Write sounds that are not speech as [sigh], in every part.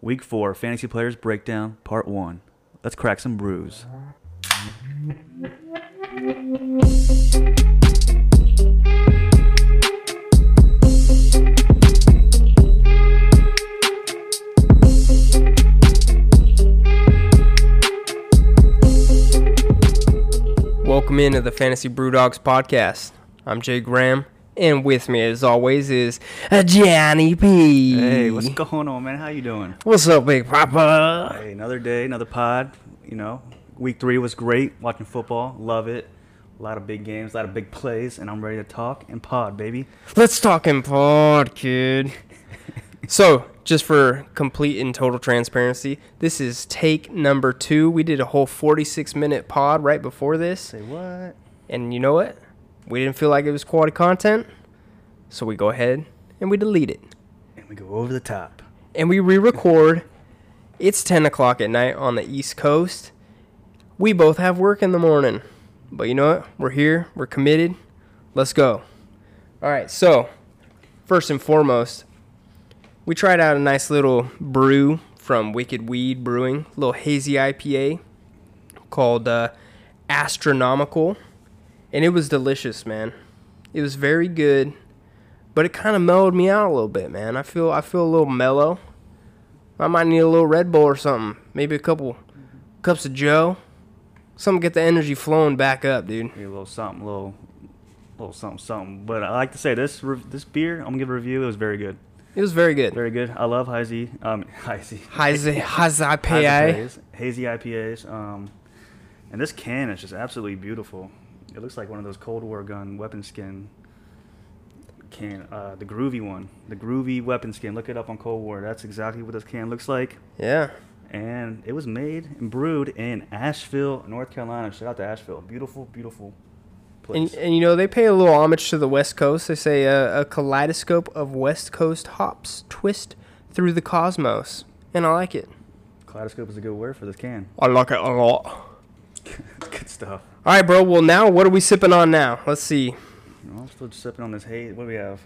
Week four, fantasy players breakdown, part one. Let's crack some brews. Welcome into the Fantasy Brew Dogs podcast. I'm Jay Graham, and with me, as always, is uh, Johnny P. Hey, what's going on, man? How you doing? What's up, Big Papa? Hey, another day, another pod. You know, week three was great. Watching football, love it. A lot of big games, a lot of big plays, and I'm ready to talk and pod, baby. Let's talk in [laughs] pod, kid. so, just for complete and total transparency, this is take number two. We did a whole 46 minute pod right before this, Say what? and you know what? We didn't feel like it was quality content, so we go ahead and we delete it. And we go over the top. and we re-record. It's ten o'clock at night on the East Coast. We both have work in the morning, but you know what? We're here. We're committed. Let's go. All right. So, first and foremost, we tried out a nice little brew from Wicked Weed Brewing, little hazy IPA called uh, Astronomical, and it was delicious, man. It was very good, but it kind of mellowed me out a little bit, man. I feel I feel a little mellow. I might need a little Red Bull or something. Maybe a couple cups of Joe. Something to get the energy flowing back up, dude. Maybe a little something, little, little something, something. But I like to say this re- this beer. I'm gonna give a review. It was very good, It was very good. very good. I love hazy, um, [laughs] hazy, Hazy, hazy hazy IPA. IPAs, hazy IPAs. Um, and this can is just absolutely beautiful. It looks like one of those Cold War gun weapon skin can, uh, the groovy one, the groovy weapon skin. Look it up on Cold War. That's exactly what this can looks like. Yeah. And it was made and brewed in Asheville, North Carolina. Shout out to Asheville. Beautiful, beautiful place. And, and you know they pay a little homage to the West Coast. They say uh, a kaleidoscope of West Coast hops twist through the cosmos, and I like it. Kaleidoscope is a good word for this can. [laughs] I like it a lot. All good stuff. right, bro. Well, now what are we sipping on now? Let's see. You know, I'm still sipping on this haze. What do we have?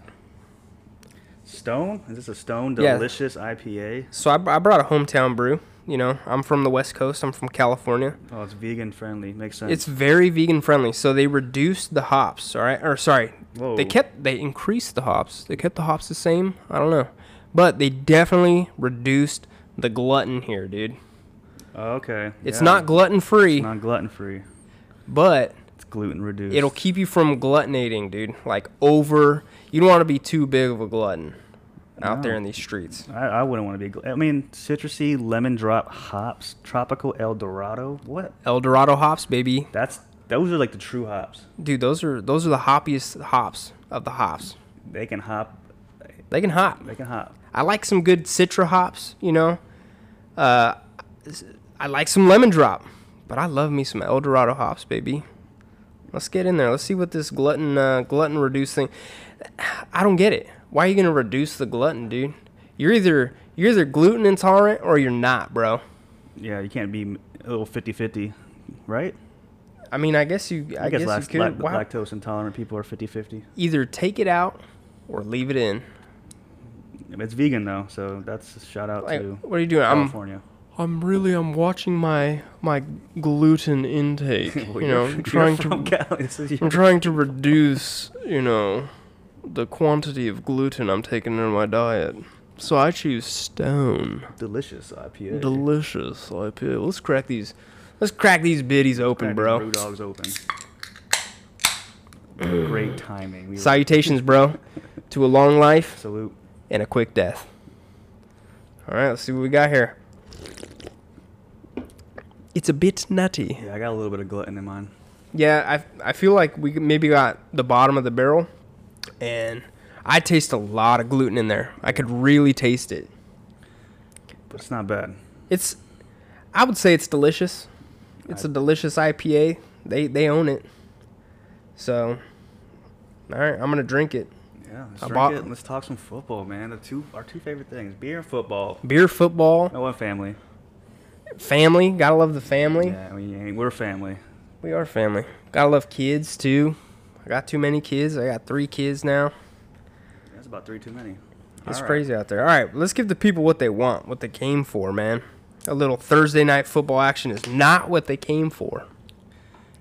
Stone? Is this a Stone Yeah. Delicious IPA? So I, I brought a hometown brew. You know, I'm from the West Coast. I'm from California. Oh, it's vegan friendly. Makes sense. It's very vegan friendly. So they reduced the hops. All right, or sorry, Whoa. they kept they increased the hops. They kept the hops the same. I don't know, but they definitely reduced the glutton here, dude. Oh, okay. It's yeah. not glutton free, It's not gluten free. but It's gluten reduced. it'll keep you from gluttinating, dude. Like over, you don't want to be too big of a glutton out there No. in these streets. I, I wouldn't want to be. gl- I mean, citrusy lemon drop hops, tropical El Dorado. What? El Dorado hops, baby, That's those are like the true hops. dude. Those are those are the hoppiest hops of the hops. They can hop. They can hop. They can hop. I like some good citra hops, you know. Uh, I like some lemon drop, but I love me some El Dorado hops, baby. Let's get in there. Let's see what this glutton uh, glutton reduce thing. I don't get it. Why are you gonna reduce the glutton, dude? You're either you're either gluten intolerant or you're not, bro. Yeah, you can't be m- a little 50-50, right? I mean, I guess you. I, guess, lact- you lact- could. Why- lactose intolerant people are 50-50. Either take it out or leave it in. It's vegan though, so that's a shout out Like, to what are you doing? I'm California. [laughs] I'm really I'm watching my my gluten [laughs] intake. Well, [laughs] you're- you know, you're trying to from Cali, [laughs] so you- I'm trying to reduce, you know, the quantity of gluten I'm taking in my diet. So I choose Stone. delicious IPA. Delicious IPA. Let's crack these. Let's crack these biddies open, Crack bro. Brew dogs open. Great timing. We were- Salutations, bro, to a long life salute. and a quick death. All right, let's see what we got here. It's a bit nutty. Yeah, I got a little bit of glutton in mine. Yeah, I, I feel like we maybe got the bottom of the barrel, and I taste a lot of gluten in there. I could really taste it. But it's not bad. It's, I would say it's delicious. It's a delicious IPA. They they own it. So, all right, I'm gonna drink it. Yeah, let's I drink bought- it and let's talk some football, man. The two our two favorite things: beer and football. Beer, football, No one family. family. Gotta love the family. Yeah, I mean we're family. We are family. Gotta love kids too. I got too many kids. I got three kids now. That's about three too many. It's All right. crazy out there. All right, let's give the people what they want, what they came for, man. A little Thursday night football action is not what they came for.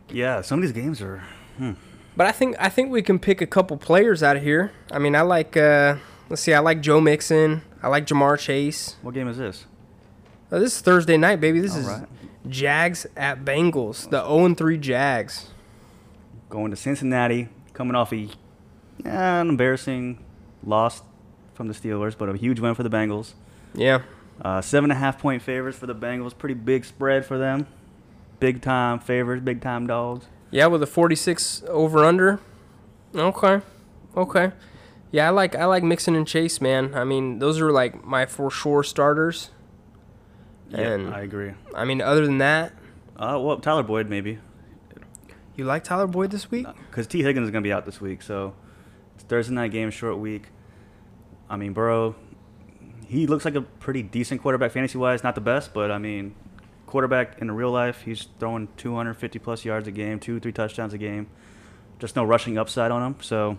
Yeah, some of these games are. Hmm. But I think I think we can pick a couple players out of here. I mean, I like uh, let's see, I like Joe Mixon, I like Jamar Chase. What game is this? Uh, this is Thursday night, baby. This All is right. Jags at Bengals, the 0 and 3 Jags. Going to Cincinnati, coming off a yeah, an embarrassing loss from the Steelers, but a huge win for the Bengals. Yeah, Uh, seven and a half point favorites for the Bengals. Pretty big spread for them. Big time favorites, big time dogs. yeah, with a 46 over under. Okay, okay. Yeah, I like I like Mixon and Chase, man. I mean, those are like my for sure starters. And- I agree. I mean, other than that, Uh, well, Tyler Boyd maybe, you like Tyler Boyd this week? because T Higgins is gonna be out this week, so it's Thursday night game, short week. I mean, Burrow, he looks like a pretty decent quarterback fantasy wise. Not the best, but I mean, quarterback in real life, he's throwing 250 plus yards a game, two three touchdowns a game. Just no rushing upside on him. So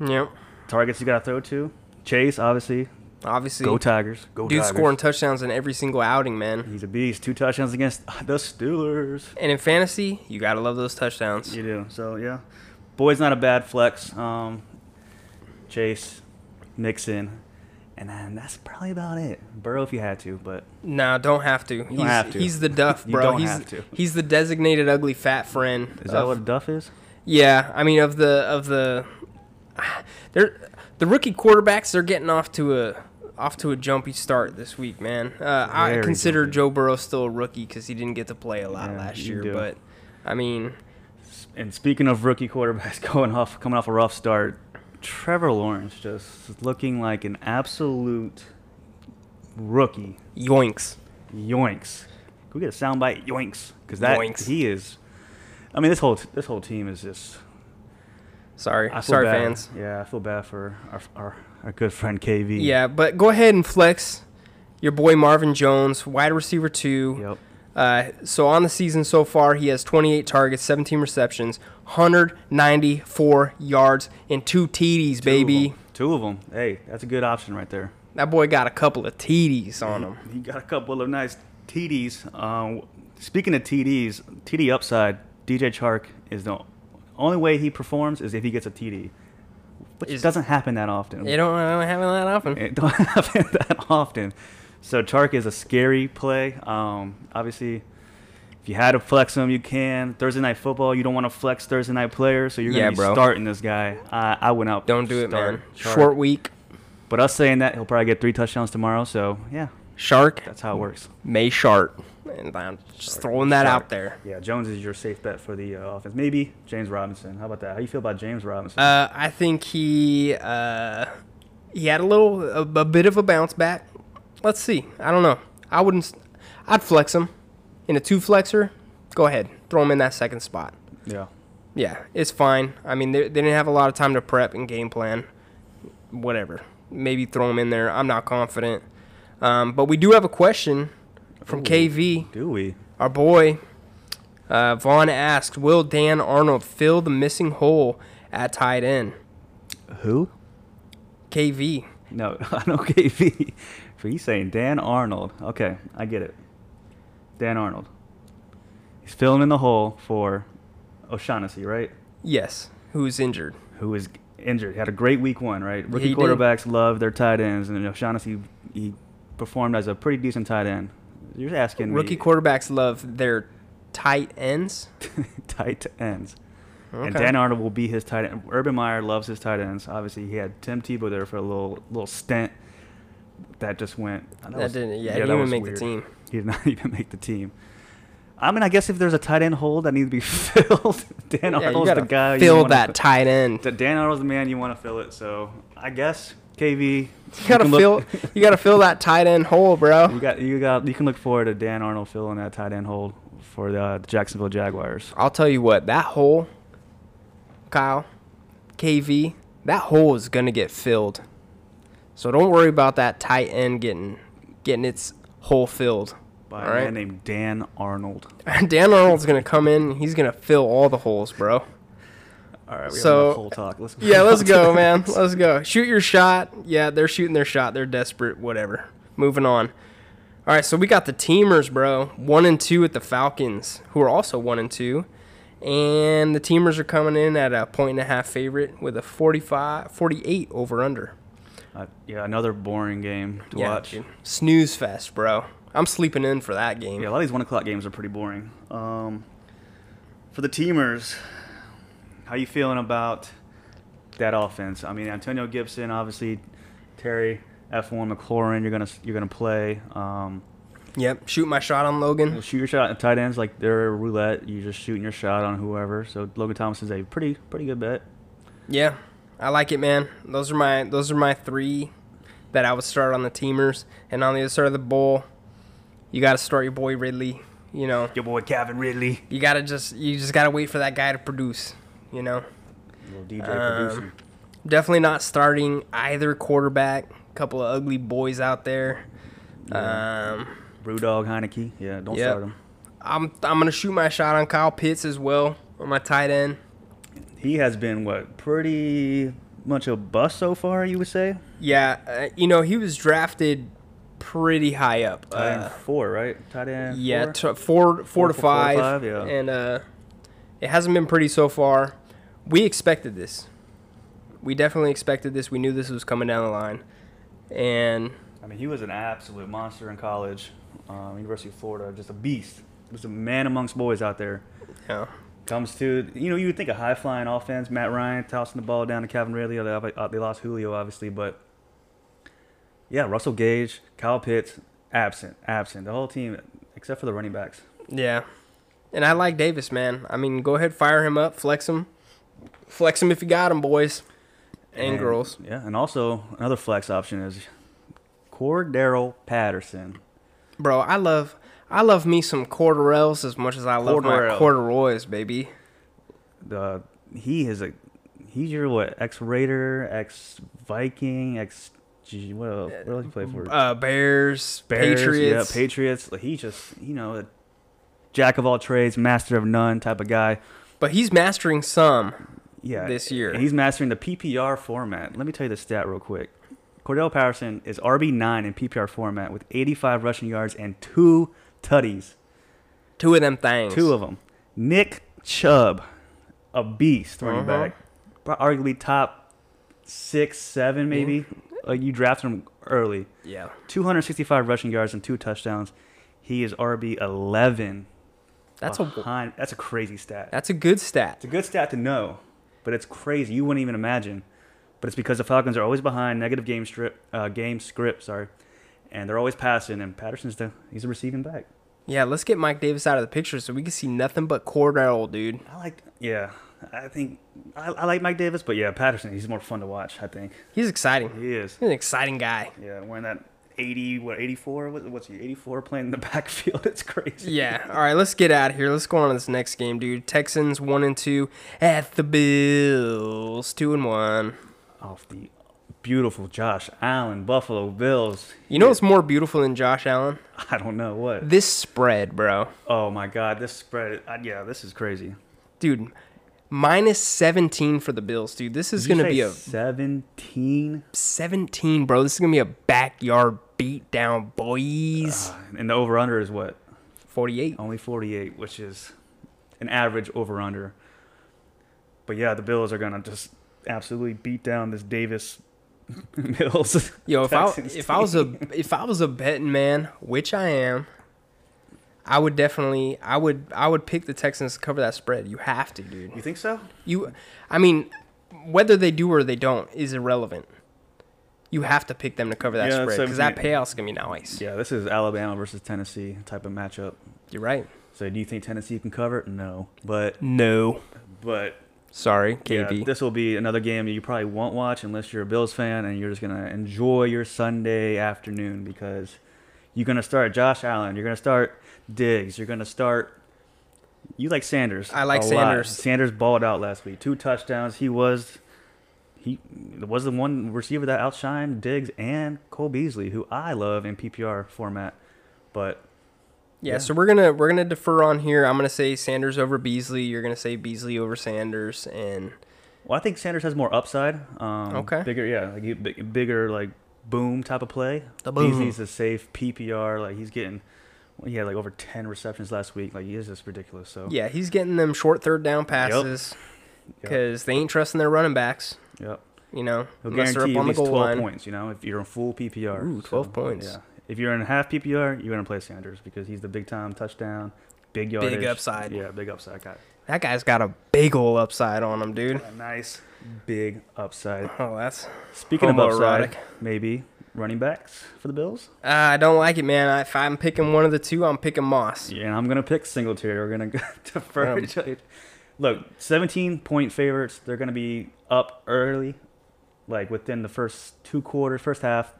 Yep. targets you gotta throw to. Chase, obviously, Obviously, go Tigers, go dude Tigers. scoring touchdowns in every single outing, man. He's a beast. Two touchdowns against [laughs] the Steelers. And in fantasy, you gotta love those touchdowns. You do. So yeah, Boyd's not a bad flex. Um, Chase, Mixon, and then that's probably about it. Burrow, if you had to, but No, don't have to. he's, have to. He's the duff, You bro. don't he's, have to. He's the designated ugly fat friend. is that of- what Duff is? Yeah, I mean of the of the, [sighs] they're the rookie quarterbacks. They're getting off to a off to a jumpy start this week, man. Uh, I Very consider jumpy. Joe Burrow still a rookie because he didn't get to play a lot Yeah, last you year. do. But I mean, And speaking of rookie quarterbacks [laughs] going off, coming off a rough start, Trevor Lawrence just looking like an absolute rookie. yoinks. Yoinks. Can we get a soundbite? Yoinks, because that Yoinks. he is. I mean, this whole this whole team is just Sorry, I feel sorry, bad. fans. Yeah, I feel bad for our, our, our good friend KV. Yeah, but go ahead and flex your boy Marvin Jones, wide receiver two. Yep. Uh, so on the season so far, he has 28 targets, 17 receptions, 194 yards, and two TDs, baby. Two of them. Hey, that's a good option right there. That boy got a couple of TDs on him. He got a couple of nice TDs. Um, speaking of TDs, TD upside, DJ Chark is the only way he performs is if he gets a TD, which Is- doesn't happen that often. They don't, I don't have it that often. It [laughs] don't happen that often. So Chark is a scary play. Um, obviously, if you had to flex him, you can. Thursday night football, you don't want to flex Thursday night players, so you're gonna Yeah, be bro. starting this guy. I, I went out. Don't do it, man. Chark. Short week. But us saying that, he'll probably get three touchdowns tomorrow. So yeah, Shark, that's how it works. May Shark. And I'm just throwing that out there. Yeah, Jones is your safe bet for the uh, offense. Maybe James Robinson. How about that? How you feel about James Robinson? Uh, I think he uh, he had a little a, a bit of a bounce back. Let's see. I don't know. I wouldn't. s- I'd flex him in a two flexer. Go ahead, throw him in that second spot. yeah, Yeah, it's fine. I mean, they, they didn't have a lot of time to prep and game plan. Whatever. Maybe throw him in there. I'm not confident. Um, but we do have a question from Ooh. KV, do we? our boy. Uh, Vaughn asks, "Will Dan Arnold fill the missing hole at tight end?" Who? KV. No, [laughs] I know KV. So he's saying Dan Arnold. Okay, I get it. Dan Arnold. He's filling in the hole for O'Shaughnessy, right? Yes, who's injured? Who is injured. He had a great week one, right? Rookie He did. quarterbacks love their tight ends, and O'Shaughnessy he performed as a pretty decent tight end. You're asking [laughs] me Rookie quarterbacks love their tight ends. tight ends. And Okay. Dan Arnold will be his tight end. Urban Meyer loves his tight ends. Obviously, he had Tim Tebow there for a little little stint that just went. That didn't- yeah, he that didn't was even make the team. He did [laughs] not even make the team. I mean, I guess if there's a tight end hole that needs to be [laughs] filled, Dan Yeah, you Arnold's the gotta guy. you Fill wanna that fi- [laughs] tight end. that Dan Arnold's the man you want to fill it. So I guess KV, you You gotta can look- fill. [laughs] you gotta fill that tight end hole, You bro. got you got you can look forward to Dan Arnold filling that tight end hole for the, the Jacksonville Jaguars. I'll tell you what. That hole, Kyle, KV. That hole is gonna get filled. So don't worry about that tight end getting getting its hole filled. [laughs] By all a man right. named Dan Arnold. Dan Arnold's gonna come in. and He's gonna fill all the holes, bro. All right, we So- have enough whole talk. [laughs] Let's Yeah, let's go, [laughs] on. man. Let's go. Shoot your shot. Yeah, they're shooting their shot. They're desperate. Whatever. Moving on. All right, so we got the Teamers, bro. One and two at the Falcons, who are also one and two. And the Teamers are coming in at a point and a half favorite with a 45, 48 over under. Uh, yeah, another boring game to watch. dude. Snooze fest, bro. I'm sleeping in for that game. Yeah, a lot of these one o'clock games are pretty boring. Um, for the teamers, how you feeling about that offense? I mean, Antonio Gibson, obviously, Terry F1 McLaurin, you're gonna you're gonna play. Um, Yep. Shoot my shot on Logan. shoot your shot at tight ends like they're roulette. You're just shooting your shot on whoever. So Logan Thompson's a pretty pretty good bet. Yeah, I like it, man. Those are my those are my three that I would start on the teamers, and on the other side of the bowl, you got to start your boy Ridley. You know, Your boy Calvin Ridley, you gotta just you just gotta wait for that guy to produce. You know, little DJ Um, producer. definitely not starting either quarterback. Couple of ugly boys out there. Um, Brewdog Heineke. Yeah, don't Yep. start him. I'm I'm gonna shoot my shot on Kyle Pitts as well on my tight end. He has been what pretty much a bust so far. You would say Yeah, uh, you know he was drafted pretty high up. tight end Uh, four, right? Tight end. Yeah, four? t- four, four to to five, five, yeah. and uh, it hasn't been pretty so far. We expected this. We definitely expected this. We knew this was coming down the line, and I mean, he was an absolute monster in college, um, University of Florida, just a beast, just a man amongst boys out there. you know, Comes to you know you would think a high flying offense, Matt Ryan tossing the ball down to Calvin Ridley. They obvi- uh, They lost Julio obviously, but yeah, Russell Gage, Kyle Pitts, absent, absent. The whole team except for the running backs. yeah. And I like Davis, man. I mean, go ahead, fire him up, flex him, flex him if you got him, boys and, girls. Yeah, and also another flex option is Cordero Patterson. Bro, I love, I love me some corduroys as much as I love my Corduroy. corduroys, baby. The he is a he's your what ex Raider, ex Viking, ex gee, what else, what else he play for? Uh, Bears, Bears, Patriots. yeah, Patriots. Like, he just you know a jack of all trades, master of none type of guy. but he's mastering some. Yeah, This year. and he's mastering the PPR format. Let me tell you the stat real quick. Cordell Patterson is RB nine in PPR format with 85 rushing yards and two tutties. Two of them things. Two of them. Nick Chubb, a beast running Uh-huh. back, Pro- arguably top six, seven, maybe. Like you drafted him early. Yeah. 265 rushing yards and two touchdowns. He is RB 11. That's a behind, that's a crazy stat. that's a good It's stat. a good stat to know, but it's crazy. You wouldn't even imagine. But it's because the Falcons are always behind negative game strip, uh, game script, sorry, and they're always passing. And Patterson's the he's a receiving back. Yeah, let's get Mike Davis out of the picture so we can see nothing but Cordell, dude. I like, yeah, I think I, I like Mike Davis, but yeah, Patterson, he's more fun to watch. I think He's exciting. he is. He's an exciting guy. Yeah, wearing that eighty, what eighty four? What, what's he? Eighty four playing in the [laughs] backfield. It's crazy. Yeah. All right, let's get out of here. Let's go on to this next game, dude. Texans one and two at the Bills two and one. Off the beautiful Josh Allen, Buffalo Bills. You know what's more beautiful than Josh Allen? I don't know what. This spread, bro. Oh my God, this spread. Uh, yeah, this is crazy. Dude, minus seventeen for the Bills, dude. This is gonna be a seventeen 17, bro. This is gonna be a backyard beat down, boys. Uh, and the over under is what Forty eight. only 48 which is an average over under but yeah the bills are gonna just absolutely beat down this davis [laughs] mills [laughs] Yo, if Texans I if I was a [laughs] if I was a betting man, which I am, I would definitely I would I would pick the Texans to cover that spread. You have to, you dude. think so You, I mean, whether they do or they don't is irrelevant. You have to pick them to cover that Yeah, spread so- because that payout's gonna be nice. yeah this is alabama versus tennessee type of matchup You're right. so do you think tennessee can cover it no but No, but sorry, yeah, KB. this will be another game that you probably won't watch unless you're a Bills fan and you're just gonna enjoy your Sunday afternoon because you're gonna start Josh Allen, you're gonna start Diggs, you're gonna start. You like Sanders? I like a lot. Sanders. Sanders balled out last week, two touchdowns. He was. He was the one receiver that outshined Diggs and Cole Beasley, who I love in PPR format. But Yeah, Yeah. so we're gonna we're gonna defer on here. I'm gonna say Sanders over Beasley. You're gonna say Beasley over Sanders, and Well, I think Sanders has more upside. Um, Okay. Bigger, yeah, like he- big, bigger like boom type of play. The boom. Beasley's a safe PPR. Like he's getting, he had like over ten receptions last week. Like he is just ridiculous. So Yeah, he's getting them short third down passes Yep. because they ain't trusting their running backs. Yep. You know, He'll unless they're guarantee up you at on the least goal 12 line. points, you know, if you're in full PPR. Ooh, 12 points. Yeah. If you're in half PPR, you're going to play Sanders because he's the big time touchdown, big yardage. upside. Yeah, big upside guy. That guy's got a big ol' upside on him, dude. A nice, big upside. Oh, that's. Speaking of upside, Homoerotic. maybe running backs for the Bills. Uh, I don't like it, man. I, if I'm picking one of the two, I'm picking Moss. Yeah, and I'm going to pick Singletary. We're going to [laughs] go to Um, first. Look, 17 point favorites. They're going to be up early, like within the first two quarters, first half.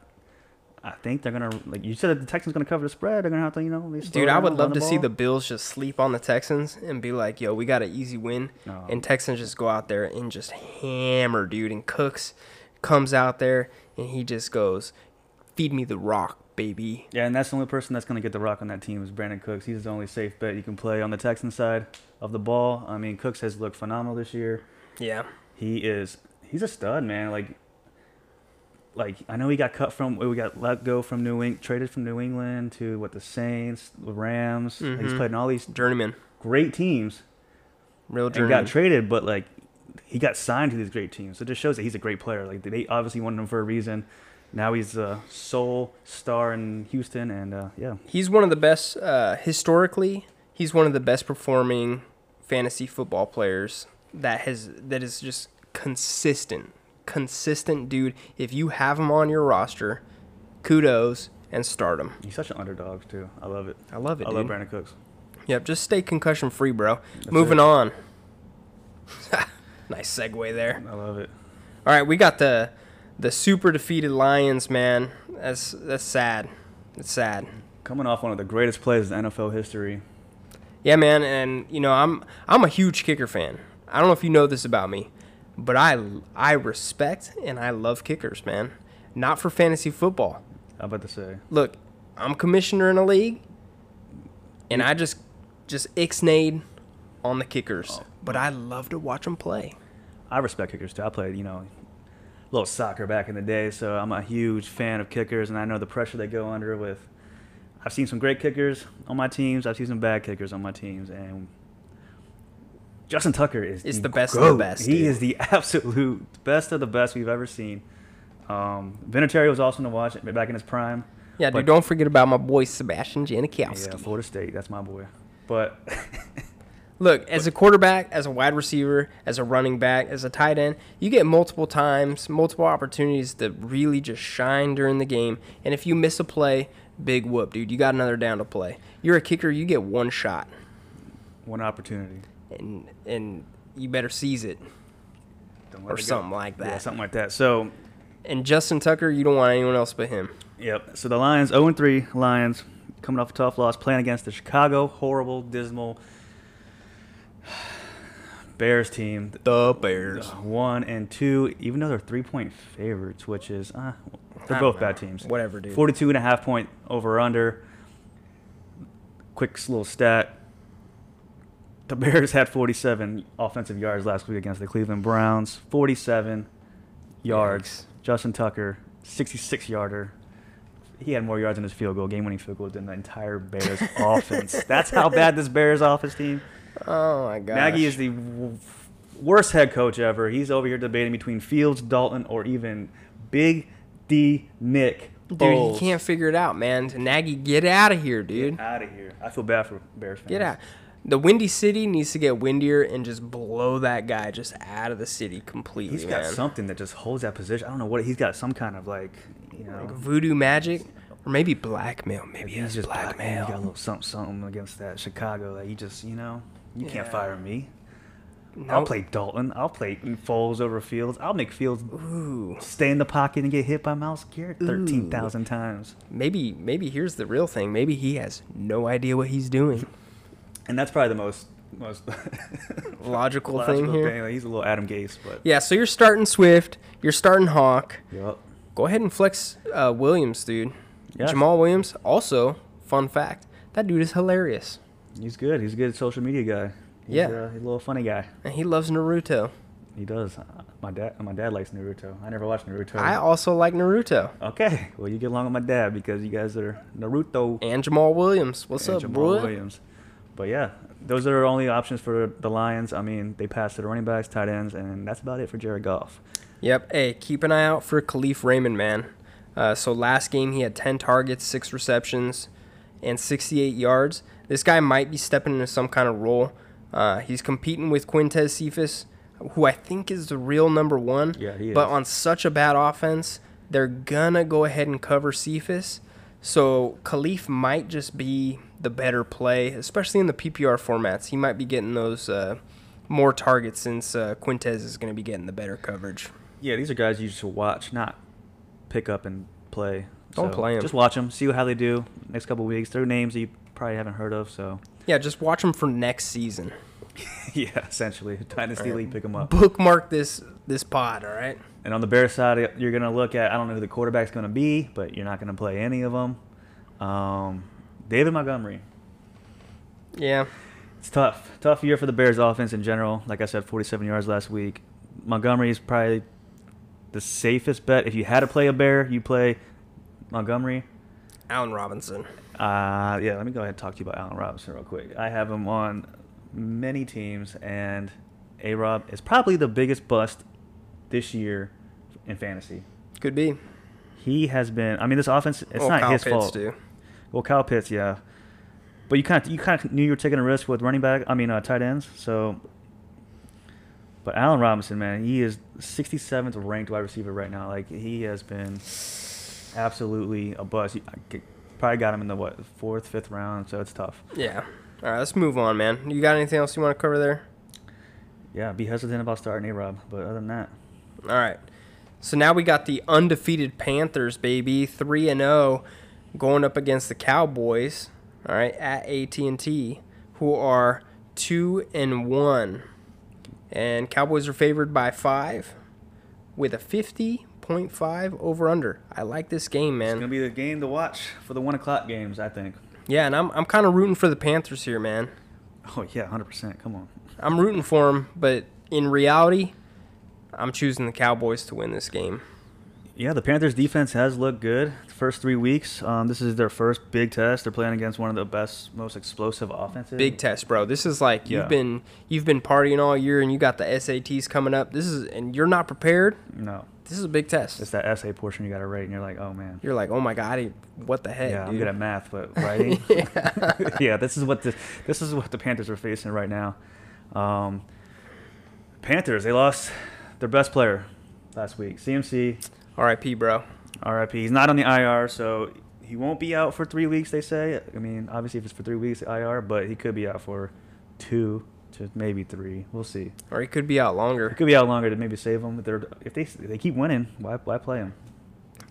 I think they're gonna like you said. The Texans gonna cover the spread. They're gonna have to, you know, at least slow Dude, I down, would run love to see ball. the Bills just sleep on the Texans and be like, yo, we got an easy win. No. And Texans just go out there and just hammer, dude. And Cooks comes out there and he just goes, feed me the rock, baby. yeah, and that's the only person that's going to get the rock on that team is Brandon Cooks. He's the only safe bet you can play on the Texan side of the ball. I mean, Cooks has looked phenomenal this year. Yeah. He is he's a stud, man. Like like I know he got cut from we got let go from New England, traded from New England to what the Saints, the Rams. Like, he's Mhm. played in all these Journeyman. great teams Real and journeyman. got traded, but like he got signed to these great teams. So it just shows that he's a great player. Like they obviously wanted him for a reason. Now he's the sole star in Houston, and uh, yeah, he's one of the best, uh, historically, he's one of the best performing fantasy football players that has that is just consistent. Consistent dude. If you have him on your roster, kudos and start him. He's such an underdog too. I love it. I love it, I dude. love Brandon Cooks. Yep, just stay concussion free, bro. Moving it. on. [laughs] nice segue there. I love it. All right, we got the the super defeated Lions, man. That's that's sad. It's sad. Coming off one of the greatest plays in NFL history. Yeah, man, and you know, I'm I'm a huge kicker fan. I don't know if you know this about me, but I I respect and I love kickers, man. Not for fantasy football. I'm about to say. Look, I'm commissioner in a league and I just just ixnayed on the kickers, but I love to watch them play. I respect kickers too. I played, you know, a little soccer back in the day, so I'm a huge fan of kickers, and I know the pressure they go under. With, I've seen some great kickers on my teams. I've seen some bad kickers on my teams, and Justin Tucker is Is the best of the GOAT. best, He dude. is the [laughs] absolute best of the best we've ever seen. Um, Vinatieri was awesome to watch back in his prime. Yeah, But- dude, don't forget about my boy Sebastian Yeah, Janikowski. Florida State. That's my boy. But [laughs] Look, as a quarterback, as a wide receiver, as a running back, as a tight end, you get multiple times, multiple opportunities to really just shine during the game. And if you miss a play, big whoop, dude. You got another down to play. You're a kicker, you get one shot, one opportunity. and and you better seize it Don't let or it go. something like Yeah, that. something like that. So, And Justin Tucker, you don't want anyone else but him. yep. So the Lions, 0 3 Lions, coming off a tough loss, playing against the Chicago horrible, dismal [sighs] Bears team. The Bears. One and two, even though they're three point favorites, which is, uh, I they're don't both bad know. teams. Whatever, dude. 42 and a half point over under. Quick little stat. The Bears had 47 offensive yards last week against the Cleveland Browns. 47 yards. Justin Tucker, 66 yarder. He had more yards in his field goal, game winning field goal, than the entire [laughs] Bears offense. That's how bad this Bears offense team. Oh my god. Nagy is the w- worst head coach ever. He's over here debating between Fields, Dalton, or even Big D Nick. Dude, Foles. he can't figure it out, man. Nagy, get out of here, dude. out of here. I feel bad for Bears fans. Get out. The windy city needs to get windier and just blow that guy just out of the city completely. He's got man. something that just holds that position. I don't know what he's got. Some kind of like, you know, like voodoo magic, or maybe blackmail. Maybe he's it's just blackmail. blackmail. He got a little something, something against that Chicago. Like he just, you know, you can't Yeah. fire me. I'll Nope. play Dalton. I'll play Foles over Fields. I'll make Fields Ooh, stay in the pocket and get hit by Miles Garrett thirteen thousand times. maybe maybe here's the real thing. Maybe he has no idea what he's doing. And that's probably the most most [laughs] Logical, logical thing here. Like, he's a little Adam Gase, but Yeah, so you're starting Swift, you're starting Hawk. Yup. Go ahead and flex uh, Williams, dude. Yeah. Jamal Williams. Also, fun fact, that dude is hilarious, he's good. He's a good social media guy. He's, Yeah. uh, he's a little funny guy. and he loves Naruto. He does. Uh, My dad, my dad likes Naruto. I never watched Naruto. I also like Naruto okay, well you get along with my dad because you guys are Naruto. and Jamal Williams. What's and up, Jamal boy? Williams. But yeah, those are our only options for the Lions. I mean, they passed to the running backs, tight ends, and that's about it for Jared Goff. Yep. Hey, keep an eye out for Khalif Raymond, man. Uh, so last game he had 10 targets, six receptions, and 68 yards. This guy might be stepping into some kind of role. Uh, he's competing with Quintez Cephas, who I think is the real number one. Yeah, he But is. on such a bad offense, they're gonna go ahead and cover Cephas. So Khalif might just be the better play, especially in the PPR formats. He might be getting those uh, more targets since uh, Quintez is gonna be getting the better coverage. Yeah, these are guys you should watch, not pick up and play. Don't play 'em. Just watch them, see how they do next couple weeks. They're names that you probably haven't heard of, so [laughs] Yeah, just watch them for next season. yeah, essentially dynasty league pick them up. Bookmark this this pod, all right? And on the Bears side, you're going to look at I don't know who the quarterback's going to be, but you're not going to play any of them. Um, David Montgomery. Yeah. It's tough. Tough year for the Bears offense in general. Like I said, 47 yards last week. Montgomery is probably the safest bet. If you had to play a Bear, you play Montgomery. Allen Robinson. Uh, yeah, let me go ahead and talk to you about Allen Robinson real quick. I have him on many teams, and A Rob is probably the biggest bust this year in fantasy. Could be. He has been. I mean, this offense. It's Well, not Oh, Kyle his Pitts, fault. too. Well, Kyle Pitts, yeah. But you kind of you kind of knew you were taking a risk with running back. I mean, uh, tight ends. So, but Allen Robinson, man, he is 67th ranked wide receiver right now. Like he has been absolutely a bust. He- I g- probably got him in the what fourth, fifth round. So it's tough. Yeah. All right, let's move on, man. You got anything else you want to cover there? Yeah, be hesitant about starting A Rob. But other than that, All right. So now we got the undefeated Panthers, baby, 3 and 0 going up against the Cowboys, all right, at AT&T, who are 2 and 1. And Cowboys are favored by 5 with a 50.5 over under. I like this game, it's man. gonna be the game to watch for the one o'clock games. I think. Yeah, and I'm I'm kind of rooting for the Panthers here, man. Oh yeah, 100. percent Come on. I'm rooting for them, but in reality, I'm choosing the Cowboys to win this game. Yeah, the Panthers' defense has looked good the first three weeks. Um, this is their first big test. They're playing against one of the best, most explosive offenses. big test, bro. This is like Yeah. you've been you've been partying all year, and you got the SATs coming up. This is and you're not prepared. No, This is a big test. it's that essay portion you got to write, and you're like, oh man. you're like, oh my god, I- what the heck, yeah, I'm dude? good at math, [laughs] but writing. [laughs] yeah. this is what the this is what the Panthers are facing right now. Um, Panthers, they lost their best player last week. CMC, R.I.P. Bro. RIP. He's not on the IR, so he won't be out for three weeks. They say. I mean, obviously, if it's for three weeks, IR, but he could be out for two to maybe three. We'll see. Or he could be out It longer. could be out longer to maybe save him. If, they're, if they if they keep winning, why why play him?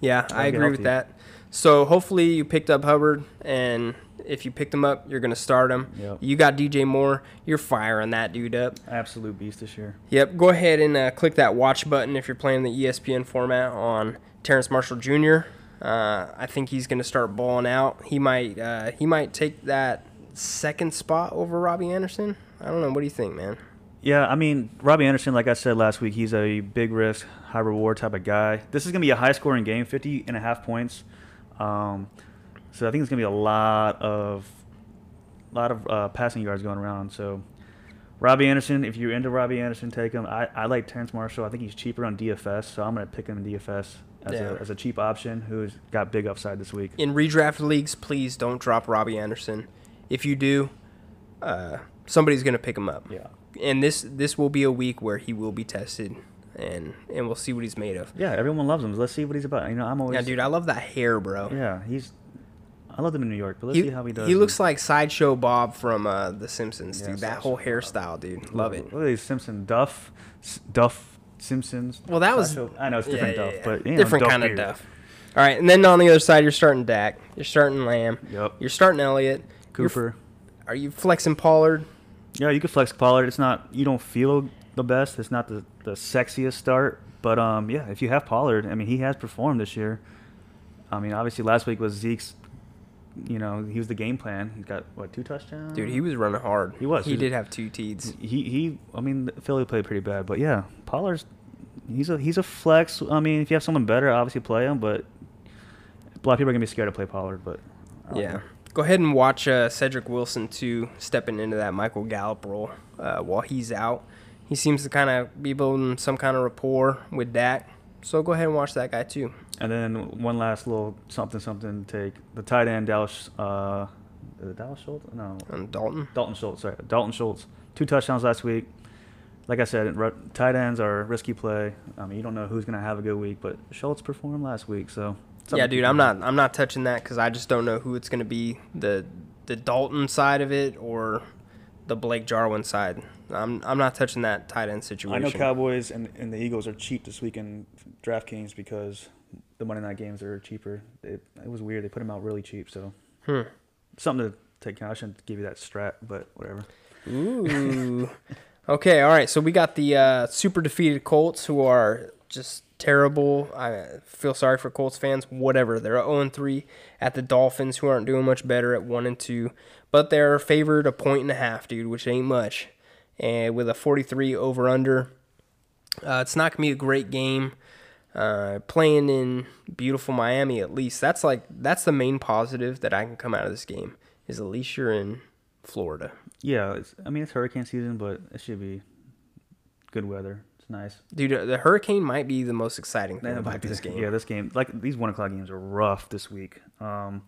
Yeah, I get agree healthy. with that. So hopefully you picked up Hubbard, and if you picked him up, you're gonna start him. Yep. You got DJ Moore. You're firing that dude up. Absolute beast this year. Yep. Go ahead and uh, click that watch button if you're playing the E ESPN format on Terrence Marshall Jr. Uh, I think he's going to start balling out. He might uh, he might take that second spot over Robbie Anderson. I don't know. What do you think, man? Yeah, I mean Robbie Anderson, like I said last week, he's a big risk, high reward type of guy. This is gonna be a high scoring game, 50 and a half points. Um, so I think it's gonna be a lot of, lot of uh, passing yards going around. So Robbie Anderson, if you're into Robbie Anderson, take him. I, I like Terrence Marshall. I think he's cheaper on DFS, so I'm gonna pick him in DFS as, Yeah. a, as a cheap option who's got big upside this week. In redraft leagues, please don't drop Robbie Anderson. If you do, uh, somebody's going to pick him up. Yeah. And this this will be a week where he will be tested, and and we'll see what he's made of. Yeah, everyone loves him. Let's see what he's about. You know, I'm always Yeah, dude, I love that hair, bro. Yeah, he's. I love him in New York, but let's he, see how he does. he in- looks like Sideshow Bob from uh, The Simpsons, Yeah, dude. That Sideshow whole Bob. hairstyle, dude. Love it. Look at these Simpson Duff, S- Duff Simpsons. Well, that was- Sideshow- I know it's different Yeah, yeah, Duff, yeah. but you know, different Duff kind beard. of Duff. All right, and then on the other side, you're starting Dak. You're starting Lamb. Yep. You're starting Elliott. You're- Cooper. are you flexing Pollard? Yeah, you can flex Pollard. It's not you don't feel the best. It's not the, the sexiest start, but um, yeah, if you have Pollard, I mean, he has performed this year. I mean, obviously last week was Zeke's you know, he was the game plan. He got what two touchdowns? Dude, he was running hard. He was. He He was- did have two teeds. he he. I mean, Philly played pretty bad, but yeah, Pollard's he's a he's a flex. I mean, if you have someone better, obviously play him. But a lot of people are gonna be scared to play Pollard. But um, I don't Yeah. know. Go ahead and watch uh, Cedric Wilson too stepping into that Michael Gallup role uh, while he's out. He seems to kind of be building some kind of rapport with Dak. So go ahead and watch that guy too. And then one last little something something take the tight end Dallas. Uh, is it Dallas Schultz? No, And Dalton. Dalton Schultz. Sorry, Dalton Schultz. Two touchdowns last week. Like I said, ru- tight ends are risky play. I mean, you don't know who's gonna have a good week, but Schultz performed last week, so Yeah, dude, I'm not I'm not touching that because I just don't know who it's gonna be the the Dalton side of it or the Blake Jarwin side. I'm I'm not touching that tight end situation. I know Cowboys and, and the Eagles are cheap this week in DraftKings because the Monday night games are cheaper. It, it was weird. They put them out really cheap, so Hmm. something to take account. I shouldn't give you that strat, but whatever. Ooh. [laughs] okay, all right. So we got the uh, super defeated Colts who are just terrible. I feel sorry for Colts fans. Whatever. They're 0 3 at the Dolphins who aren't doing much better at 1 and 2, but they're favored a point and a half, dude, which ain't much. And with a 43 over under. Uh, it's not gonna be a great game. Uh, playing in beautiful Miami, at least that's like that's the main positive that I can come out of this game is at least you're in Florida. Yeah, it's, I mean it's hurricane season, but it should be good weather. It's nice. Dude, the hurricane might be the most exciting thing That might about be this the- game. Yeah, this game. Like these one o'clock games are rough this week. Um,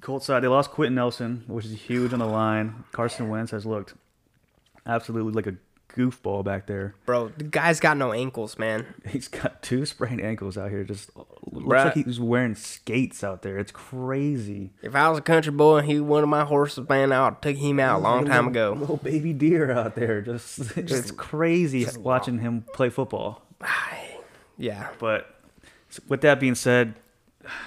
Colts side they lost Quentin Nelson, which is huge on the line. Carson Wentz has looked absolutely like a goofball back there. Bro, the guy's got no ankles, man. [laughs] He's got two sprained ankles out here. Just looks Right. like he's wearing skates out there. It's crazy. If I was a country boy and he was one of my horses, man, I would took him out a long time ago. little baby deer out there. Just, [laughs] it's crazy watching him play football. Yeah. But with that being said,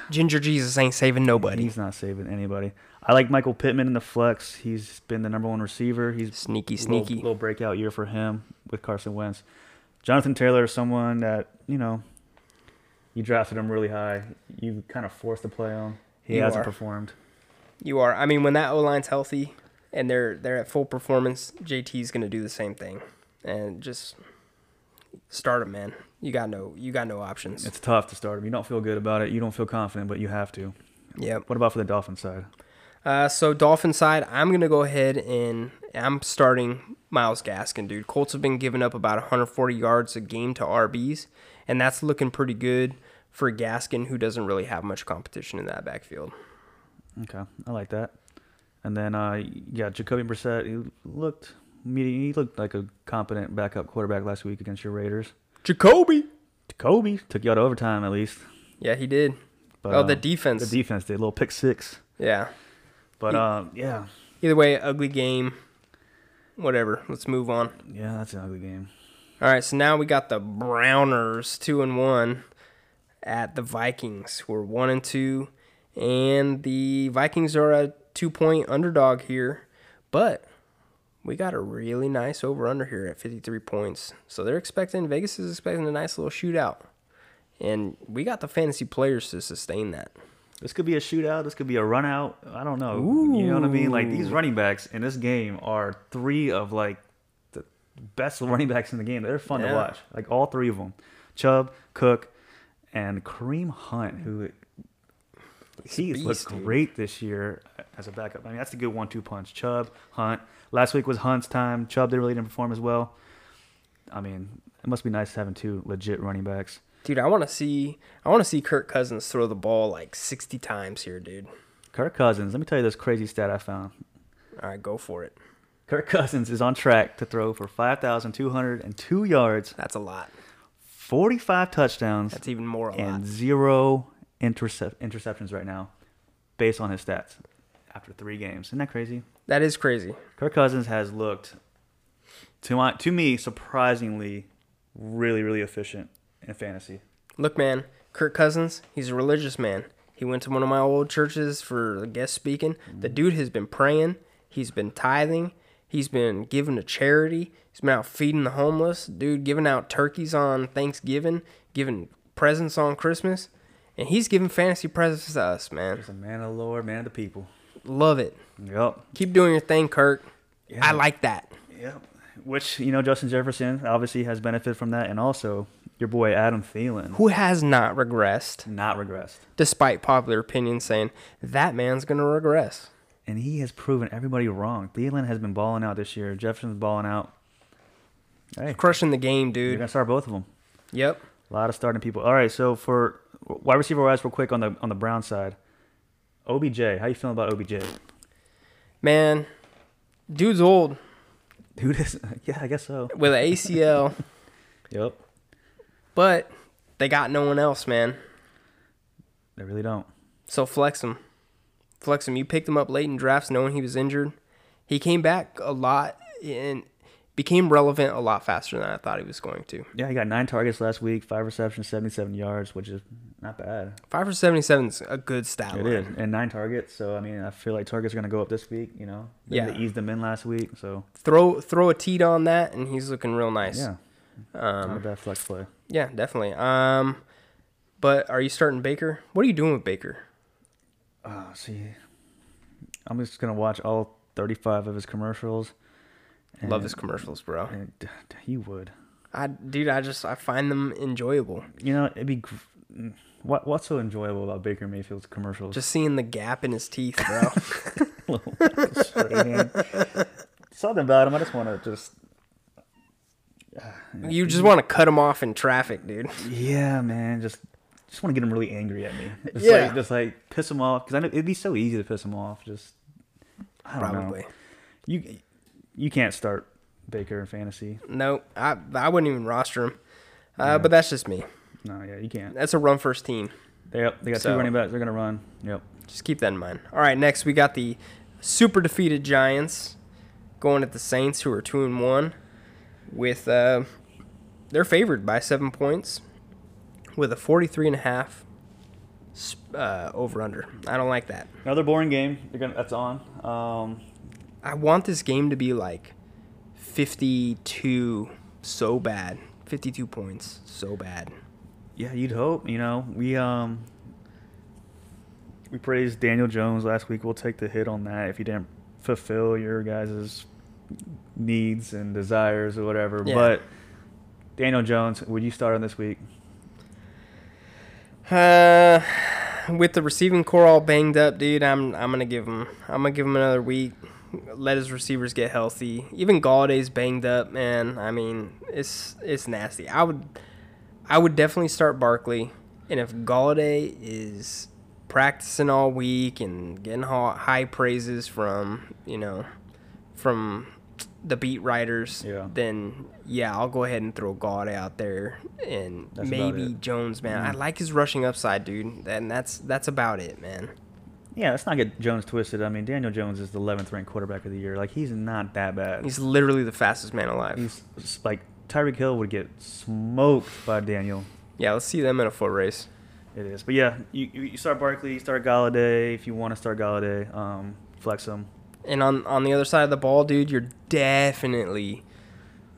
Ginger Jesus ain't saving nobody. He's not saving anybody. I like Michael Pittman in the flex. He's been the number one receiver. He's Sneaky, little- sneaky. Little, breakout year for him with Carson Wentz. Jonathan Taylor is someone that you know you drafted him really high. You kind of forced to play him. He You hasn't are. performed. You are. I mean, when that O line's healthy and they're they're at full performance, JT's gonna do the same thing. And just start him, man. You got no you got no options. It's tough to start him. You don't feel good about it. You don't feel confident, but you have to. yep. What about for the Dolphins side? Uh, so Dolphin side, I'm gonna go ahead and I'm starting Miles Gaskin, dude. Colts have been giving up about 140 yards a game to RBs, and that's looking pretty good for Gaskin, who doesn't really have much competition in that backfield. Okay, I like that. And then uh, yeah, Jacoby Brissett. He looked meeting. He looked like a competent backup quarterback last week against your Raiders. Jacoby. Kobe took you out of overtime at least. Yeah, he did. But, oh, the um, defense. The defense did a little pick six. yeah. But um, yeah, Either way, ugly game. Whatever. Let's move on. yeah, that's an ugly game. All right, so now we got the Browners two and one at the Vikings. We're one and two, and the Vikings are a two point underdog here, but we got a really nice over under here at fifty three points. So they're expecting Vegas is expecting a nice little shootout, and we got the fantasy players to sustain that. This could be a shootout. This could be a run out. I don't know. You know what I mean? Like these running backs in this game are three of like the best [laughs] running backs in the game. They're fun Yeah. to watch. Like all three of them, Chubb, Cook, and Kareem Hunt, who he beast, looked dude. great this year as a backup. I mean, that's a good one-two punch. Chubb, Hunt. Last week was Hunt's time. Chubb didn't really didn't perform as well. I mean, it must be nice having two legit running backs. Dude, I want to see I want to see Kirk Cousins throw the ball like sixty times here, dude. Kirk Cousins. Let me tell you this crazy stat I found. All right, go for it. Kirk Cousins is on track to throw for 5,202 yards, That's a lot. 45 touchdowns, That's even more a lot. and zero intercep- interceptions right now, based on his stats after three games. Isn't that crazy? That is crazy. Kirk Cousins has looked, to, my, to me, surprisingly, really, really efficient in fantasy. Look, man, Kirk Cousins, he's a religious man. He went to one of my old churches for guest speaking. The dude has been praying, he's been tithing, he's been giving to charity, he's been out feeding the homeless, dude, giving out turkeys on Thanksgiving, giving presents on Christmas. And he's giving fantasy presents to us, man. Just a man of the Lord, man of the people. Love it. Yep. Keep doing your thing, Kirk. Yeah. I like that. Yep. Which, you know, Justin Jefferson obviously has benefited from that. And also your boy Adam Thielen, Who has not regressed, not regressed. despite popular opinion saying that man's going to regress? And he has proven everybody wrong. Thielen has been balling out this year. Jefferson's balling out. Hey, Crushing the game, you're dude. going to start both of them. Yep. A lot of starting people. All right, so for wide receiver wise, real quick on the on the Brown side, OBJ. How you feeling about OBJ? Man, dude's old Dude, is [laughs] yeah, I guess so. with an ACL, Yep, but they got no one else, man. they really don't. So flex him. Flex him. You picked him up late in drafts knowing he was injured. He came back a lot and became relevant a lot faster than I thought he was going to. Yeah, he got nine targets last week, five receptions, seventy-seven yards, which is not bad. Five for 77 is a good stat It line. is, and nine targets. So I mean, I feel like targets are gonna go up this week. You know, they, Yeah. they eased them in last week, so Throw throw a teat on that, and he's looking real nice. yeah, not a um, bad flex play. yeah, definitely. Um, but are you starting Baker? What are you doing with Baker? Oh, see, I'm just gonna watch all thirty-five of his commercials. Eh. Love his commercials, bro. And d- d- he would. I dude, I just I find them enjoyable. You know, it'd be gr- mm, what what's so enjoyable about Baker Mayfield's commercials? Just seeing the gap in his teeth, [laughs] bro. Straight hand. something about him. I just want to just you just want to cut him off in traffic, dude. yeah, man. Just just want to get him really angry at me. Just Yeah. like, just like piss him off because I know it'd be so easy to piss him off. Just I don't Probably. know. You you can't start Baker in fantasy. No, I I wouldn't even roster him. Uh, But that's just me. No, yeah, you can't. That's a run first team. They they got So- two running backs. They're gonna run. Yep. Just keep that in mind. All right, next we got the super defeated Giants going at the Saints, who are two and one. With uh, they're favored by seven points, with a forty-three and a half sp- uh, over under. I don't like that. Another boring game. They're gonna that's on. Um, I want this game to be like fifty-two, so bad. Fifty-two points, so bad. Yeah, you'd hope. You know, we um we praised Daniel Jones last week. We'll take the hit on that if you didn't fulfill your guys' needs and desires or whatever. Yeah. But Daniel Jones, would you start on this week? Uh, with the receiving core all banged up, dude, I'm I'm gonna give him I'm gonna give him another week. Let his receivers get healthy. Even Galladay's banged up, man. I mean, it's it's nasty. I would I would definitely start Barkley, and if Galladay is practicing all week and getting ho- high praises from you know from the beat writers, Yeah. then yeah, I'll go ahead and throw Galladay out there and That's about maybe it. Mm-hmm. Jones, man. I like his rushing upside, dude. And that's that's about it, man. Yeah, let's not get Jones twisted. I mean, Daniel Jones is the 11th ranked quarterback of the year. Like, he's not that bad. He's literally the fastest man alive. He's, s- like Tyreek Hill would get smoked by Daniel. yeah, let's see them in a foot race. It is, but yeah, you you you start Barkley, you start Galladay if you want to start Galladay. Um, flex him. And on on the other side of the ball, dude, you're definitely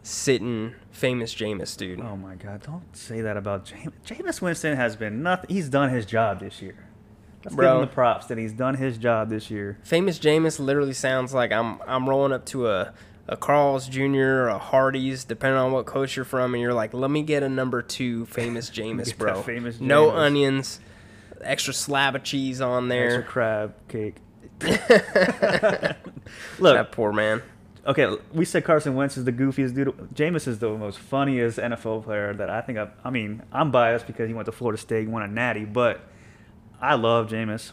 sitting famous Jameis, dude. Oh my God! Don't say that about James. Jameis Winston has been nothing. He's done his job this year. Let's give Bro. him the props that he's done his job this year. Famous Jameis literally sounds like I'm I'm rolling up to a a Carl's Jr. or a Hardee's, depending on what coach you're from, and you're like, let me get a number [laughs] two famous Jameis, that bro. famous No Jameis. onions, extra slab of cheese on Extra there. crab cake. that [laughs] [laughs] Look, poor man. okay, we said Carson Wentz is the goofiest dude. Jameis is the most funniest NFL player that I think. I, I mean, I'm biased because he went to Florida State, won a natty, but I love Jameis.